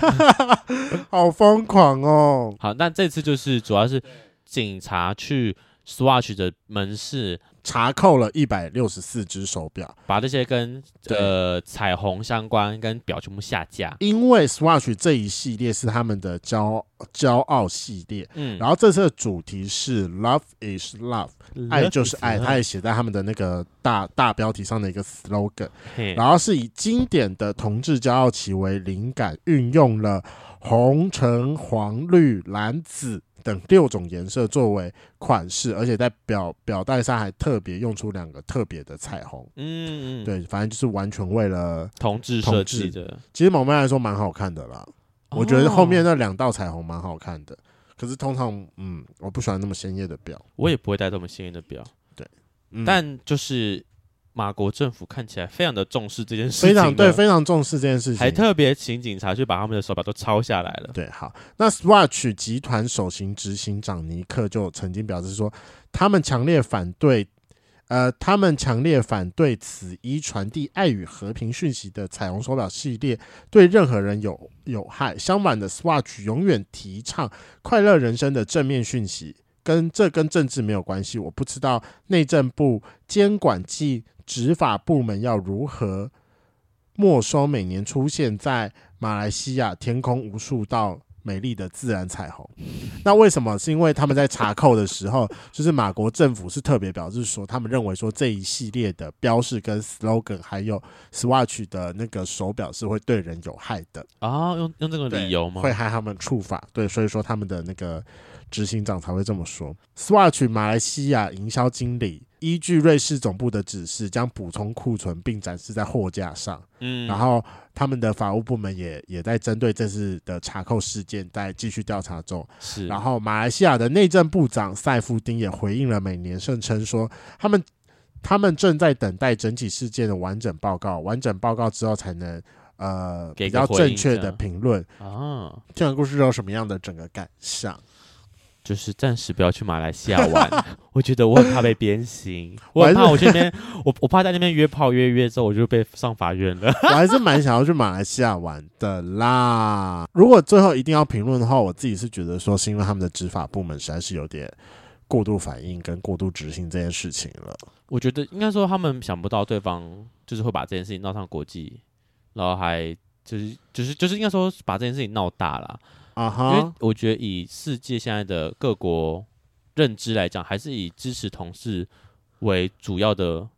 [SPEAKER 3] 好疯狂哦！
[SPEAKER 2] 好，那这次就是主要是警察去 Swatch 的门市，
[SPEAKER 3] 查扣了一百六十四只手表。
[SPEAKER 2] 把这些跟
[SPEAKER 3] 对
[SPEAKER 2] 呃彩虹相关跟表全部下架。
[SPEAKER 3] 因为 Swatch 这一系列是他们的骄骄傲系列，
[SPEAKER 2] 嗯，
[SPEAKER 3] 然后这次的主题是 Love is Love，爱就是爱，它也写在他们的那个大大标题上的一个 slogan，
[SPEAKER 2] 嘿
[SPEAKER 3] 然后是以经典的同志骄傲旗为灵感，运用了红、橙、黄、绿、蓝、紫。等六种颜色作为款式，而且在表表带上还特别用出两个特别的彩虹。
[SPEAKER 2] 嗯嗯，
[SPEAKER 3] 对，反正就是完全为了，
[SPEAKER 2] 同志
[SPEAKER 3] 同
[SPEAKER 2] 设计
[SPEAKER 3] 志
[SPEAKER 2] 的，
[SPEAKER 3] 其实某面来说蛮好看的啦。我觉得
[SPEAKER 2] 哦
[SPEAKER 3] 后面那两道彩虹蛮好看的，可是通常嗯，我不喜欢那么鲜艳的表。
[SPEAKER 2] 我也不会戴这么鲜艳的表，
[SPEAKER 3] 嗯、
[SPEAKER 2] 但就是马国政府看起来非常的重视这件事情，
[SPEAKER 3] 非常对，。非常重视这件事情。
[SPEAKER 2] 还特别请警察去把他们的手表都抄下来了。
[SPEAKER 3] 对，好，那 Swatch 集团首席执行长尼克就曾经表示说，他们强烈反对，呃，他们强烈反对此一传递爱与和平讯息的彩虹手表系列对任何人有有害。相反的，Swatch 永远提倡快乐人生的正面讯息，跟这跟政治没有关系。我不知道内政部监管暨执法部门要如何没收每年出现在马来西亚天空无数道美丽的自然彩虹。那为什么？是因为他们在查扣的时候， 就是马国政府是特别表示说，他们认为说这一系列的标示跟 slogan 还有 Swatch 的那个手表是会对人有害的，
[SPEAKER 2] 啊，用用这个
[SPEAKER 3] 对
[SPEAKER 2] 理由吗？
[SPEAKER 3] 会害他们触法。对，所以说他们的那个执行长才会这么说。Swatch 马来西亚营销经理依据瑞士总部的指示，将补充库存并展示在货架上。
[SPEAKER 2] 嗯，
[SPEAKER 3] 然后他们的法务部门也也在针对这次的查扣事件在继续调查中。
[SPEAKER 2] 是，
[SPEAKER 3] 然后马来西亚的内政部长塞夫丁也回应了美联社称说，他们他们正在等待整体事件的完整报告，完整报告之后才能呃
[SPEAKER 2] 给
[SPEAKER 3] 比
[SPEAKER 2] 个
[SPEAKER 3] 较正确
[SPEAKER 2] 回应这
[SPEAKER 3] 的
[SPEAKER 2] 样
[SPEAKER 3] 评论。
[SPEAKER 2] 啊，
[SPEAKER 3] 听完故事之后什么样的整个感想？
[SPEAKER 2] 就是暂时不要去马来西亚 玩。我觉得我很怕被鞭刑，我很
[SPEAKER 3] 我还
[SPEAKER 2] 怕
[SPEAKER 3] 是
[SPEAKER 2] 我这边，我我怕在那边约炮约约之后我就被上法院 了。
[SPEAKER 3] 我还是蛮想要去马来西亚玩的啦。如果最后一定要评论的话，我自己是觉得说，是因为他们的执法部门实在是有点过度反应跟过度执行这件事情了。
[SPEAKER 2] 我觉得应该说他们想不到对方就是会把这件事情闹上国际，然后还就是就是就是应该说把这件事情闹大了。
[SPEAKER 3] 啊
[SPEAKER 2] 因为
[SPEAKER 3] 哈，
[SPEAKER 2] 我觉得以世界现在的各国认知来讲，还是以支持同事为主要的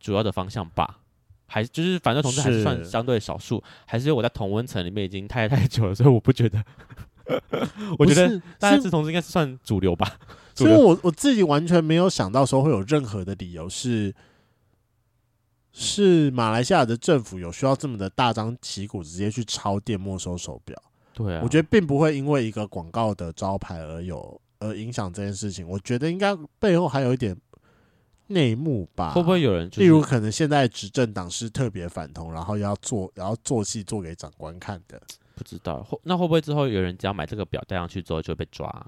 [SPEAKER 2] 主要的方向吧。还是就是反对同志还是算
[SPEAKER 3] 是
[SPEAKER 2] 相对少数，还是因为我在同温层里面已经太太久了，所以我不觉得。 我觉得
[SPEAKER 3] 不是
[SPEAKER 2] 大家
[SPEAKER 3] 是
[SPEAKER 2] 志同志应该是算主流吧。主
[SPEAKER 3] 所以
[SPEAKER 2] 流
[SPEAKER 3] 我我自己完全没有想到说会有任何的理由是，是马来西亚的政府有需要这么的大张旗鼓直接去抄店没收手表。
[SPEAKER 2] 对啊，
[SPEAKER 3] 我觉得并不会因为一个广告的招牌而有而影响这件事情。我觉得应该背后还有一点内幕吧。
[SPEAKER 2] 会不会有人就是
[SPEAKER 3] 例如，可能现在执政党是特别反同，然后要做，然后做戏做给长官看的。
[SPEAKER 2] 不知道，会那会不会之后有人只要买这个表戴上去之后就会被抓？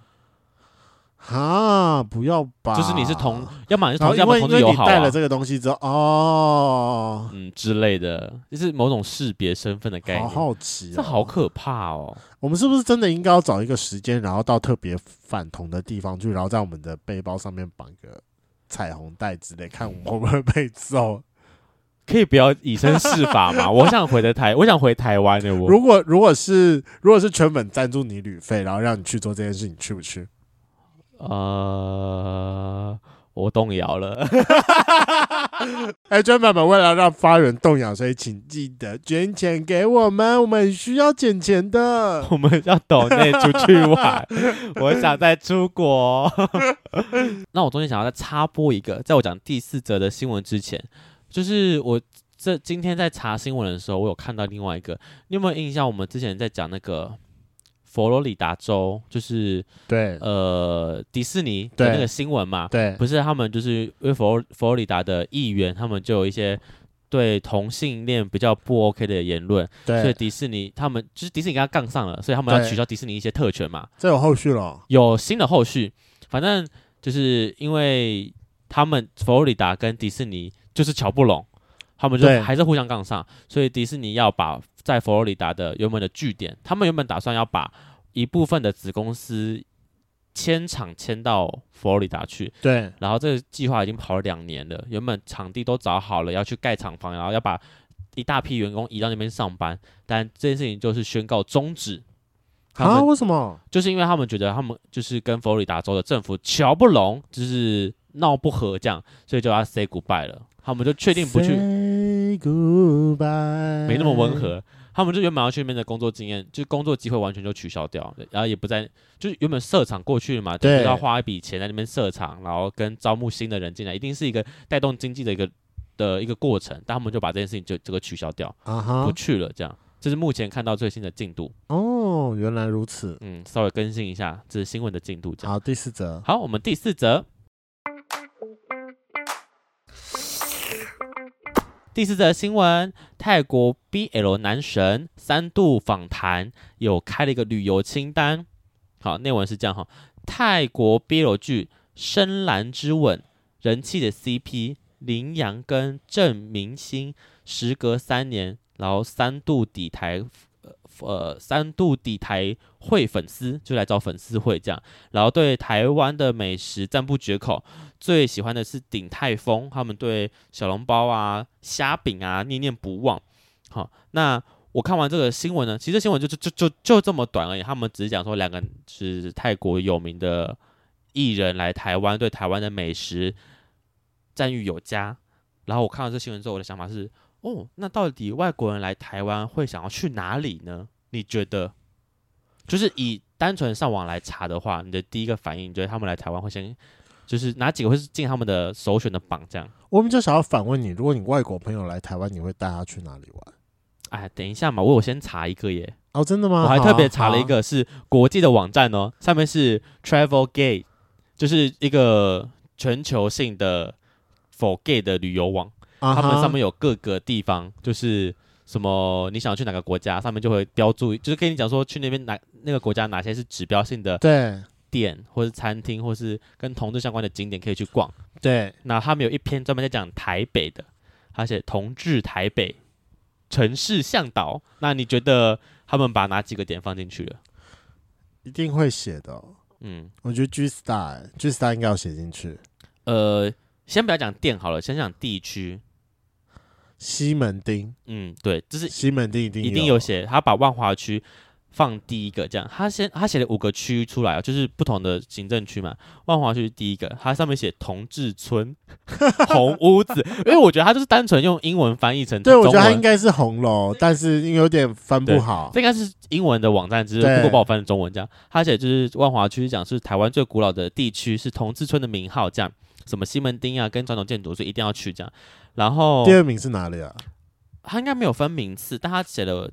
[SPEAKER 3] 哈，不要吧！
[SPEAKER 2] 就是你是同，要么你是
[SPEAKER 3] 然
[SPEAKER 2] 同，
[SPEAKER 3] 后因
[SPEAKER 2] 要么
[SPEAKER 3] 为
[SPEAKER 2] 同志
[SPEAKER 3] 因为
[SPEAKER 2] 友
[SPEAKER 3] 你
[SPEAKER 2] 好、
[SPEAKER 3] 带
[SPEAKER 2] 啊
[SPEAKER 3] 了，这个东西之后，哦，
[SPEAKER 2] 嗯之类的，就是某种识别身份的概
[SPEAKER 3] 好
[SPEAKER 2] 念。
[SPEAKER 3] 好奇、哦，
[SPEAKER 2] 这好。可怕 哦！
[SPEAKER 3] 我们是不是真的应该要找一个时间，然后到特别反同的地方去，然后在我们的背包上面绑个彩虹带之类，看我们会不会被揍？
[SPEAKER 2] 可以不要以身试法嘛？ 我想回的台，我想回台湾的我
[SPEAKER 3] 如果如果是如果是全本赞助你旅费，然后让你去做这件事，你去不去？
[SPEAKER 2] 呃，我动摇了。
[SPEAKER 3] 哎，捐版本为了让发源动摇，所以请记得捐钱给我们，我们很需要捡 钱的。
[SPEAKER 2] 我们要岛内出去玩， 我想再出国。哦那我中间想要再插播一个，在我讲第四则的新闻之前，就是我这今天在查新闻的时候，我有看到另外一个，你有没有印象？我们之前在讲那个佛罗里达州，就是
[SPEAKER 3] 对
[SPEAKER 2] 呃迪士尼的那
[SPEAKER 3] 对
[SPEAKER 2] 个新闻嘛？
[SPEAKER 3] 对
[SPEAKER 2] 不是他们就是因为佛罗佛罗里达的议员，他们就有一些对同性恋比较不 OK 的言论，所以
[SPEAKER 3] 对，
[SPEAKER 2] 迪士尼他们就是迪士尼跟他杠上了，所以他们要
[SPEAKER 3] 对
[SPEAKER 2] 取消迪士尼一些特权嘛，
[SPEAKER 3] 这有后续了。
[SPEAKER 2] 有新的后续。反正就是因为他们佛罗里达跟迪士尼就是瞧不拢，他们就
[SPEAKER 3] 对
[SPEAKER 2] 还是互相杠上，所以迪士尼要把在佛罗里达的原本的据点，他们原本打算要把一部分的子公司迁厂迁到佛罗里达去，
[SPEAKER 3] 对
[SPEAKER 2] 然后这个计划已经跑了两年了，原本场地都找好了，要去盖厂房，然后要把一大批员工移到那边上班，但这件事情就是宣告终止。他
[SPEAKER 3] 啊，
[SPEAKER 2] 们
[SPEAKER 3] 为什么？
[SPEAKER 2] 就是因为他们觉得他们就是跟佛罗里达州的政府瞧不拢，就是闹不和这样，所以就要 say goodbye 了。他们就确定不去，
[SPEAKER 3] 啊 Say goodbye，
[SPEAKER 2] 没那么温。和。他们就原本要去那边的工作经验，就工作机会完全就取消掉，然后也不在，就是原本设厂过去嘛，就
[SPEAKER 3] 对
[SPEAKER 2] 是要花一笔钱在那边设厂，然后跟招募新的人进来，一定是一个带动经济的一个的一个过程。但他们就把这件事情就这个取消掉，不
[SPEAKER 3] 啊哈，
[SPEAKER 2] 去了，这样。这是目前看到最新的进度，
[SPEAKER 3] 哦，原来如此。
[SPEAKER 2] 嗯，稍微更新一下这是新闻的进度，这样。
[SPEAKER 3] 好，第四则，
[SPEAKER 2] 好，我们第四则。第四则新闻：泰国 BL 男神三度访谈，有开了一个旅游清单。好，内文是这样哈：泰国 BL 剧《深蓝之吻》人气的 CP 林阳跟郑明星，时隔三年，然后三度抵台，呃呃，三度抵台会粉丝，就来找粉丝会这样。然后对台湾的美食赞不绝口，最喜欢的是鼎泰丰，他们对小笼包啊、虾饼啊念念不忘。好，那我看完这个新闻呢，其实新闻就就就就就这么短而已。他们只是讲说两个是泰国有名的艺人来台湾，对台湾的美食赞誉有加。然后我看到这新闻之后，我的想法是：哦，那到底外国人来台湾会想要去哪里呢？你觉得？就是以单纯上网来查的话，你的第一个反应，你觉得他们来台湾会先就是哪几个会是进他们的首选的榜？这样？
[SPEAKER 3] 我们就想要反问你，如果你外国朋友来台湾，你会带他去哪里玩？
[SPEAKER 2] 哎，等一下嘛，我有先查一个耶。
[SPEAKER 3] 哦，真的吗？
[SPEAKER 2] 我还
[SPEAKER 3] 好啊
[SPEAKER 2] 特别查了一，个是国际的网站哦，上面是 Travel Gay，就是一个全球性的 for gay 的旅游网，
[SPEAKER 3] 好啊
[SPEAKER 2] 他们
[SPEAKER 3] 啊哈
[SPEAKER 2] 上面有各个地方，就是什么你想去哪个国家，上面就会标注，就是跟你讲说去那边哪那个国家哪些是指标性的
[SPEAKER 3] 对
[SPEAKER 2] 店或是餐厅，或是跟同志相关的景点可以去逛。
[SPEAKER 3] 对，
[SPEAKER 2] 那他们有一篇专门在讲台北的，他写同志台北城市向导，那你觉得他们把哪几个点放进去了？
[SPEAKER 3] 一定会写的哦、
[SPEAKER 2] 嗯，
[SPEAKER 3] 我觉得 G Star G Star 应该要写进去。
[SPEAKER 2] 呃，先不要讲店好了，先讲地区。
[SPEAKER 3] 西门町，
[SPEAKER 2] 嗯，对，这是
[SPEAKER 3] 西门町一定
[SPEAKER 2] 一定有写，他把万华区放第一个，这样，他先他写了五个区出来哦，就是不同的行政区嘛。万华区是第一个，它上面写同志村、 红屋子，因为我觉得他就是单纯用英文翻译成
[SPEAKER 3] 对，我
[SPEAKER 2] 中
[SPEAKER 3] 觉得它
[SPEAKER 2] 文
[SPEAKER 3] 应该是红楼，但是因为有点翻不好。
[SPEAKER 2] 这应该是英文的网站，只是
[SPEAKER 3] 对
[SPEAKER 2] Google 帮我翻成中文这样。他写就是万华区讲是台湾最古老的地区，是同志村的名号，这样，什么西门町啊，跟传统建筑，所以一定要去这样。然后
[SPEAKER 3] 第二名是哪里啊？
[SPEAKER 2] 他应该没有分名次，但他写了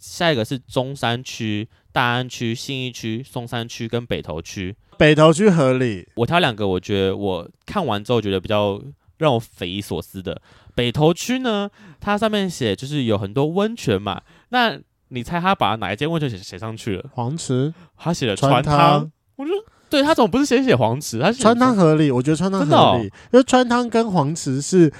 [SPEAKER 2] 下一个是中山区、大安区、信义区、松山区跟北投区。
[SPEAKER 3] 北投区合理，
[SPEAKER 2] 我挑两个，我觉得我看完之后觉得比较让我匪夷所思的。北投区呢，它上面写就是有很多温泉嘛，那你猜他把哪一间温泉写写上去了？
[SPEAKER 3] 黄池、
[SPEAKER 2] 他写了
[SPEAKER 3] 川
[SPEAKER 2] 船
[SPEAKER 3] 汤
[SPEAKER 2] 汤，，对他怎么不是先写黄池？他写
[SPEAKER 3] 川汤合理，我觉得川汤
[SPEAKER 2] 真的哦
[SPEAKER 3] 合理，因为川汤跟黄池是。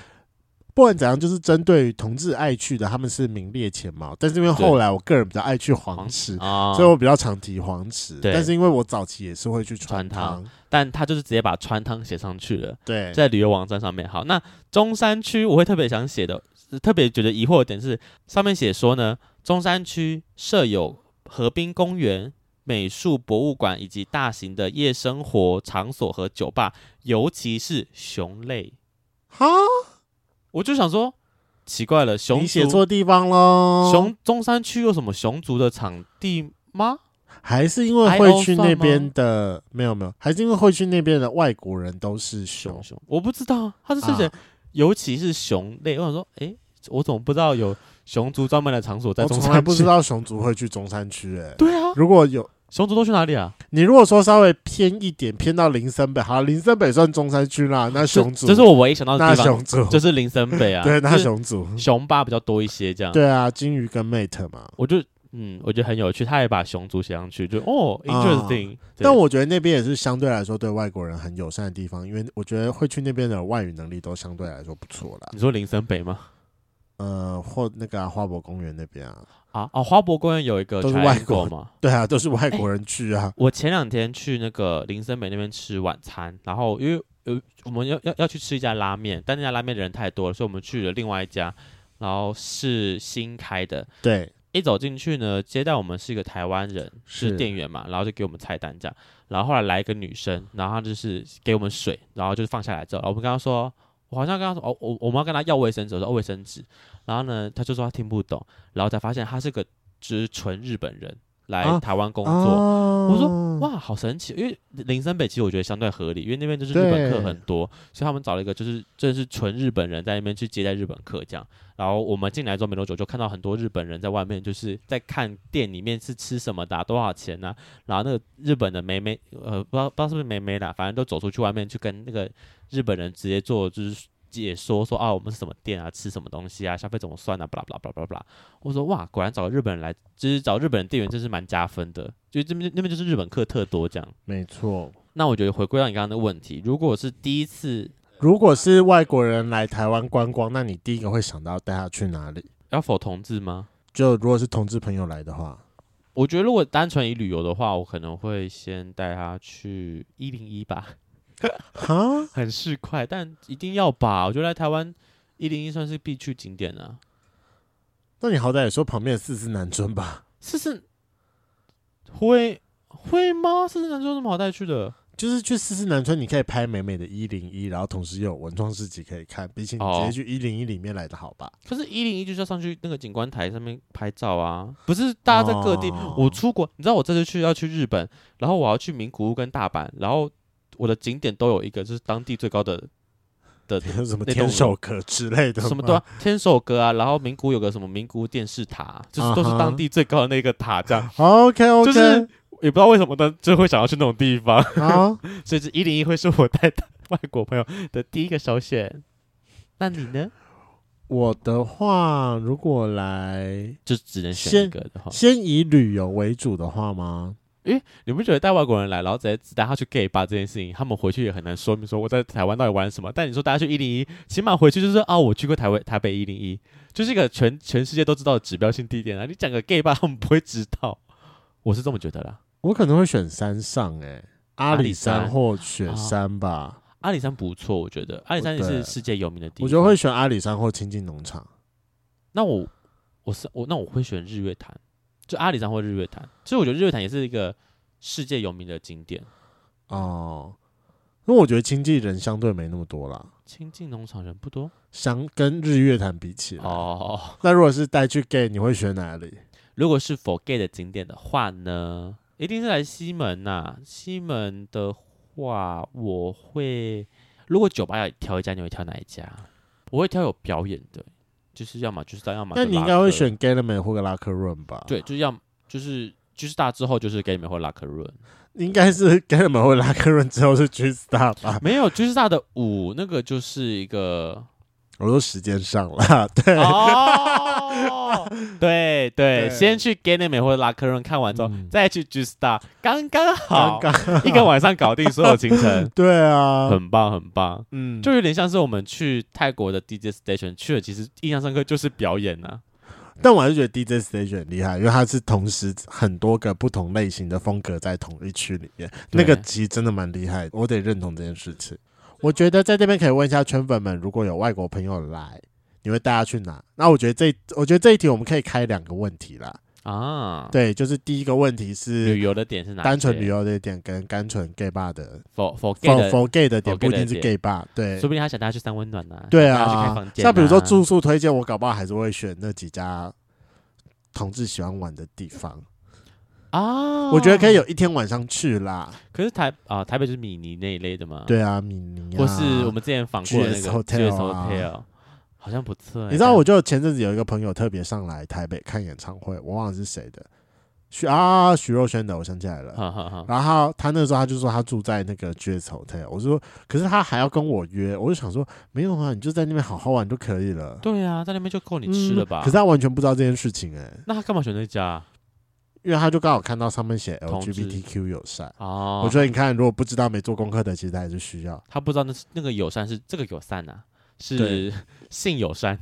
[SPEAKER 3] 不管怎样，就是针对于同志爱去的，他们是名列前茅。但是因为后来我个人比较爱去黄池，
[SPEAKER 2] 啊，
[SPEAKER 3] 嗯所以我比较常提黄池。
[SPEAKER 2] 对
[SPEAKER 3] 但是因为我早期也是会去川
[SPEAKER 2] 川汤
[SPEAKER 3] 汤，
[SPEAKER 2] 但他就是直接把川汤写上去了。
[SPEAKER 3] 对，
[SPEAKER 2] 在旅游网站上面。好，那中山区我会特别想写的，是特别觉得疑惑的点是，上面写说呢，中山区设有河滨公园、美术博物馆以及大型的夜生活场所和酒吧，尤其是熊类。
[SPEAKER 3] 哈，
[SPEAKER 2] 我就想说，奇怪了，熊
[SPEAKER 3] 你写
[SPEAKER 2] 族
[SPEAKER 3] 错地方喽。
[SPEAKER 2] 熊中山区有什么熊族的场地吗？
[SPEAKER 3] 还是因为会去那边的没有没有，还是因为会去那边的外国人都是熊
[SPEAKER 2] 熊，熊，我不知道，他是写、
[SPEAKER 3] 啊
[SPEAKER 2] 尤其是熊类。我想说，诶，我怎么不知道有熊族专门的场所在
[SPEAKER 3] 我
[SPEAKER 2] 中
[SPEAKER 3] 从来
[SPEAKER 2] 山
[SPEAKER 3] 不知
[SPEAKER 2] 区？
[SPEAKER 3] 道熊族会去中山区诶、
[SPEAKER 2] 对啊，
[SPEAKER 3] 如果有
[SPEAKER 2] 熊族都去哪里啊？
[SPEAKER 3] 你如果说稍微偏一点，偏到林森北，好，林森北算中山区啦，那熊族
[SPEAKER 2] 这是我唯一想到的
[SPEAKER 3] 那
[SPEAKER 2] 地方
[SPEAKER 3] 熊，族，
[SPEAKER 2] 就是林森北啊，
[SPEAKER 3] 对，那
[SPEAKER 2] 就是
[SPEAKER 3] 熊族，
[SPEAKER 2] 熊吧比较多一些这样。，
[SPEAKER 3] 对啊，金鱼跟 mate 嘛。
[SPEAKER 2] 我就嗯，我觉得很有趣，他也把熊族写上去，就哦
[SPEAKER 3] 啊
[SPEAKER 2] ，interesting、对
[SPEAKER 3] 但我觉得那边也是相对来说对外国人很友善的地方，因为我觉得会去那边的外语能力都相对来说不错啦。
[SPEAKER 2] 你说林森北吗？
[SPEAKER 3] 呃，或那个、啊、花博公园那边啊，
[SPEAKER 2] 啊哦，花博公园有一个
[SPEAKER 3] 都是外
[SPEAKER 2] triangle
[SPEAKER 3] 国
[SPEAKER 2] 嘛。
[SPEAKER 3] 对啊，都是外国人去啊。
[SPEAKER 2] 我前两天去那个林森北那边吃晚餐，然后因为有我们要要要去吃一家拉面，但那家拉面的人太多了，所以我们去了另外一家，然后是新开的，
[SPEAKER 3] 对，
[SPEAKER 2] 一走进去呢，接待我们是一个台湾人，
[SPEAKER 3] 是
[SPEAKER 2] 是店员嘛，然后就给我们菜单这样，然后后来来一个女生，然后她就是给我们水，然后就是放下来之后，然后我们跟她说，我好像跟她说，哦，我我们要跟她要卫生纸，我说、哦、卫生纸，然后呢，她就说她听不懂，然后才发现她是个就是纯日本人来
[SPEAKER 3] 啊
[SPEAKER 2] 台湾工作，
[SPEAKER 3] 哦
[SPEAKER 2] 我说哇，好神奇！因为林森北其实我觉得相对合理，因为那边就是日本客很多，所以他们找了一个就是真的是纯日本人在那边去接待日本客这样。然后我们进来之后没多久，就看到很多日本人在外面就是在看店里面是吃什么的啊、多少钱呐、然后那个日本的妹妹，呃，不知道不知道是不是妹妹啦，反正都走出去外面去跟那个日本人直接做就是。解说说啊，我们是什么店啊，吃什么东西啊，消费怎么算啊，巴拉巴拉巴拉巴拉巴拉。我说哇，果然找个日本人来就是找日本人店员真是蛮加分的，就这边那边就是日本客特多这样。
[SPEAKER 3] 没错。
[SPEAKER 2] 那我觉得回归到你刚刚的问题，如果是第一次
[SPEAKER 3] 如果是外国人来台湾观光，那你第一个会想到带他去哪里？
[SPEAKER 2] 要否同志吗？
[SPEAKER 3] 就如果是同志朋友来的话，
[SPEAKER 2] 我觉得如果单纯以旅游的话，我可能会先带他去一零一吧，
[SPEAKER 3] 哈，
[SPEAKER 2] 很市侩，但一定要吧。我觉得来台湾一零一算是必去景点啊。
[SPEAKER 3] 那你好歹也说旁边的四四南村吧，
[SPEAKER 2] 是是会会吗？是是南村有什么好带去的？
[SPEAKER 3] 就是去四四南村，你可以拍美美的一零一，然后同时又有文创市集可以看，比起你直
[SPEAKER 2] 哦
[SPEAKER 3] 接去一零一里面来的好吧？
[SPEAKER 2] 可是，一零一就是要上去那个景观台上面拍照啊，不是大家在各地。
[SPEAKER 3] 哦
[SPEAKER 2] 我出国，你知道我这次去要去日本，然后我要去名古屋跟大阪，然后我的景点都有一个，就是当地最高的的
[SPEAKER 3] 有什么
[SPEAKER 2] 那
[SPEAKER 3] 天
[SPEAKER 2] 栋
[SPEAKER 3] 手阁之类的吗，
[SPEAKER 2] 什么对 啊，天守阁啊，然后名古屋有个什么名古屋电视塔，就是都是
[SPEAKER 3] 啊哈
[SPEAKER 2] 当地最高的那个塔，这样
[SPEAKER 3] OK OK，
[SPEAKER 2] 就是也不知道为什么呢，就会想要去那种地方，
[SPEAKER 3] 好，
[SPEAKER 2] 所以这一零一会是我带的外国朋友的第一个首选。那你呢？
[SPEAKER 3] 我的话，如果来
[SPEAKER 2] 就只能选
[SPEAKER 3] 先
[SPEAKER 2] 一个的话，
[SPEAKER 3] 先以旅游为主的话吗？
[SPEAKER 2] 你不觉得带外国人来，然后直接只带他去 gay 吧这件事情，他们回去也很难说明说我在台湾到底玩什么？但你说大家去一零一，起码回去就是说啊，我去过台湾台北一零一，就是一个全全世界都知道的指标性地点啊。你讲个 gay 吧，他们不会知道，我是这么觉得啦。
[SPEAKER 3] 我可能会选山上、欸，阿
[SPEAKER 2] 阿
[SPEAKER 3] 里
[SPEAKER 2] 里
[SPEAKER 3] 山
[SPEAKER 2] 山啊
[SPEAKER 3] 或雪山吧，
[SPEAKER 2] 阿里山不错，我觉得阿里山也
[SPEAKER 3] 对
[SPEAKER 2] 是世界有名的地方。
[SPEAKER 3] 我觉得会，选阿里山或亲近农场。
[SPEAKER 2] 那我我是我那我会选日月潭，就阿里山或日月潭。其实我觉得日月潭也是一个世界有名的景点。
[SPEAKER 3] 哦，因为我觉得经纪人相对没那么多啦，
[SPEAKER 2] 亲近农场人不多
[SPEAKER 3] 相跟日月潭比起来。
[SPEAKER 2] 哦。
[SPEAKER 3] 那如果是带去 gay，你会选哪里？
[SPEAKER 2] 如果是否 gay 的景点的话呢，一定是来西门呐、西门的话，我会如果酒吧要挑一家，你会挑哪一家？我会挑有表演的，就是要么就是要么就
[SPEAKER 3] 那你应
[SPEAKER 2] 拉
[SPEAKER 3] 该
[SPEAKER 2] 客
[SPEAKER 3] 会选 gay 的美或者拉克润吧？
[SPEAKER 2] 对，，就是要就是就是大之后就是 gay 美或拉克润，
[SPEAKER 3] 应该是 gay 的美或拉克润之后是 G Star 吧？
[SPEAKER 2] 没有就是大的舞那个就是一个
[SPEAKER 3] 我说时间上 啦，对，
[SPEAKER 2] 哦，对对，
[SPEAKER 3] 对
[SPEAKER 2] 先去 gay 美或拉克润看完之后，
[SPEAKER 3] 嗯
[SPEAKER 2] 再去 G Star，刚刚好
[SPEAKER 3] 刚刚，
[SPEAKER 2] 一个晚上搞定所有行程
[SPEAKER 3] 对啊，
[SPEAKER 2] 很棒很棒。
[SPEAKER 3] 嗯，
[SPEAKER 2] 就有点像是我们去泰国的 DJ station 去了，其实印象深刻就是表演啊呐、
[SPEAKER 3] 但我还是觉得 DJ Station 很厉害，因为它是同时很多个不同类型的风格在同一区里面，
[SPEAKER 2] 对
[SPEAKER 3] 那个其实真的蛮厉害的，我得认同这件事情。我觉得在这边可以问一下圈粉们，如果有外国朋友来，你会带他去哪？那我觉得这，我觉得这一题我们可以开两个问题啦。
[SPEAKER 2] 啊。
[SPEAKER 3] 对，就是第一个问题是
[SPEAKER 2] 旅游的点是哪些？
[SPEAKER 3] 单纯旅游的点跟单纯 gay bar 的
[SPEAKER 2] for for gay 的
[SPEAKER 3] for，for gay 的点
[SPEAKER 2] for
[SPEAKER 3] 不
[SPEAKER 2] gay
[SPEAKER 3] 一
[SPEAKER 2] 的
[SPEAKER 3] 定是
[SPEAKER 2] 点
[SPEAKER 3] gay bar，对
[SPEAKER 2] 说不定他想带他去三温暖呐、啊。
[SPEAKER 3] 对
[SPEAKER 2] 想带他去开
[SPEAKER 3] 啊
[SPEAKER 2] 房，间、
[SPEAKER 3] 像比如说，住宿推荐，我搞不好还是会选那几家同志喜欢玩的地方。
[SPEAKER 2] 啊，
[SPEAKER 3] 我觉得可以有。一天晚上去啦。
[SPEAKER 2] 可是台啊、台北就是米妮那一类的嘛。。
[SPEAKER 3] 对啊，米妮、啊，
[SPEAKER 2] 哦或是我们之前访过的那
[SPEAKER 3] GS
[SPEAKER 2] 个
[SPEAKER 3] Hotel 啊
[SPEAKER 2] Hotel，好像不错、欸。
[SPEAKER 3] 你知道我就前阵子有一个朋友特别上来台北看演唱会，我忘了是谁的，许啊许若瑄的，我想起来了。
[SPEAKER 2] 但，哈哈哈，
[SPEAKER 3] 然后他他那时候他就说他住在那个 GS Hotel，我说可是他还要跟我约，我就想说没有啊，你就在那边好好玩就可以了。
[SPEAKER 2] 对啊，在那边就够你
[SPEAKER 3] 嗯
[SPEAKER 2] 吃了吧？
[SPEAKER 3] 可是他完全不知道这件事情哎、
[SPEAKER 2] 那他干嘛选那家啊？
[SPEAKER 3] 因为他就刚好看到上面写
[SPEAKER 2] 同志
[SPEAKER 3] LGBTQ 友善，
[SPEAKER 2] 哦，
[SPEAKER 3] 我觉得你看如果不知道没做功课的，其实还是需要。
[SPEAKER 2] 他不知道那是那个友善是这个友善啊，
[SPEAKER 3] 对
[SPEAKER 2] 是性友善。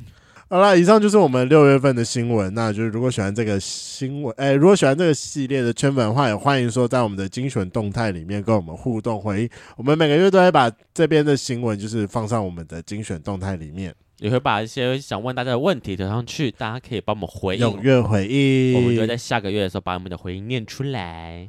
[SPEAKER 3] 好啦，以上就是我们六月份的新闻。那就是如果喜欢这个新闻，哎、如果喜欢这个系列的圈粉的话，也欢迎说在我们的精选动态里面跟我们互动回应。我们每个月都会把这边的新闻就是放上我们的精选动态里面，
[SPEAKER 2] 也会把一些想问大家的问题投上去，大家可以帮我们回应，
[SPEAKER 3] 踊跃回应。
[SPEAKER 2] 我们就会在下个月的时候把我们的回应念出来。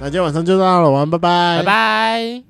[SPEAKER 3] 那今天晚上就到了，晚安，拜拜，
[SPEAKER 2] 拜拜。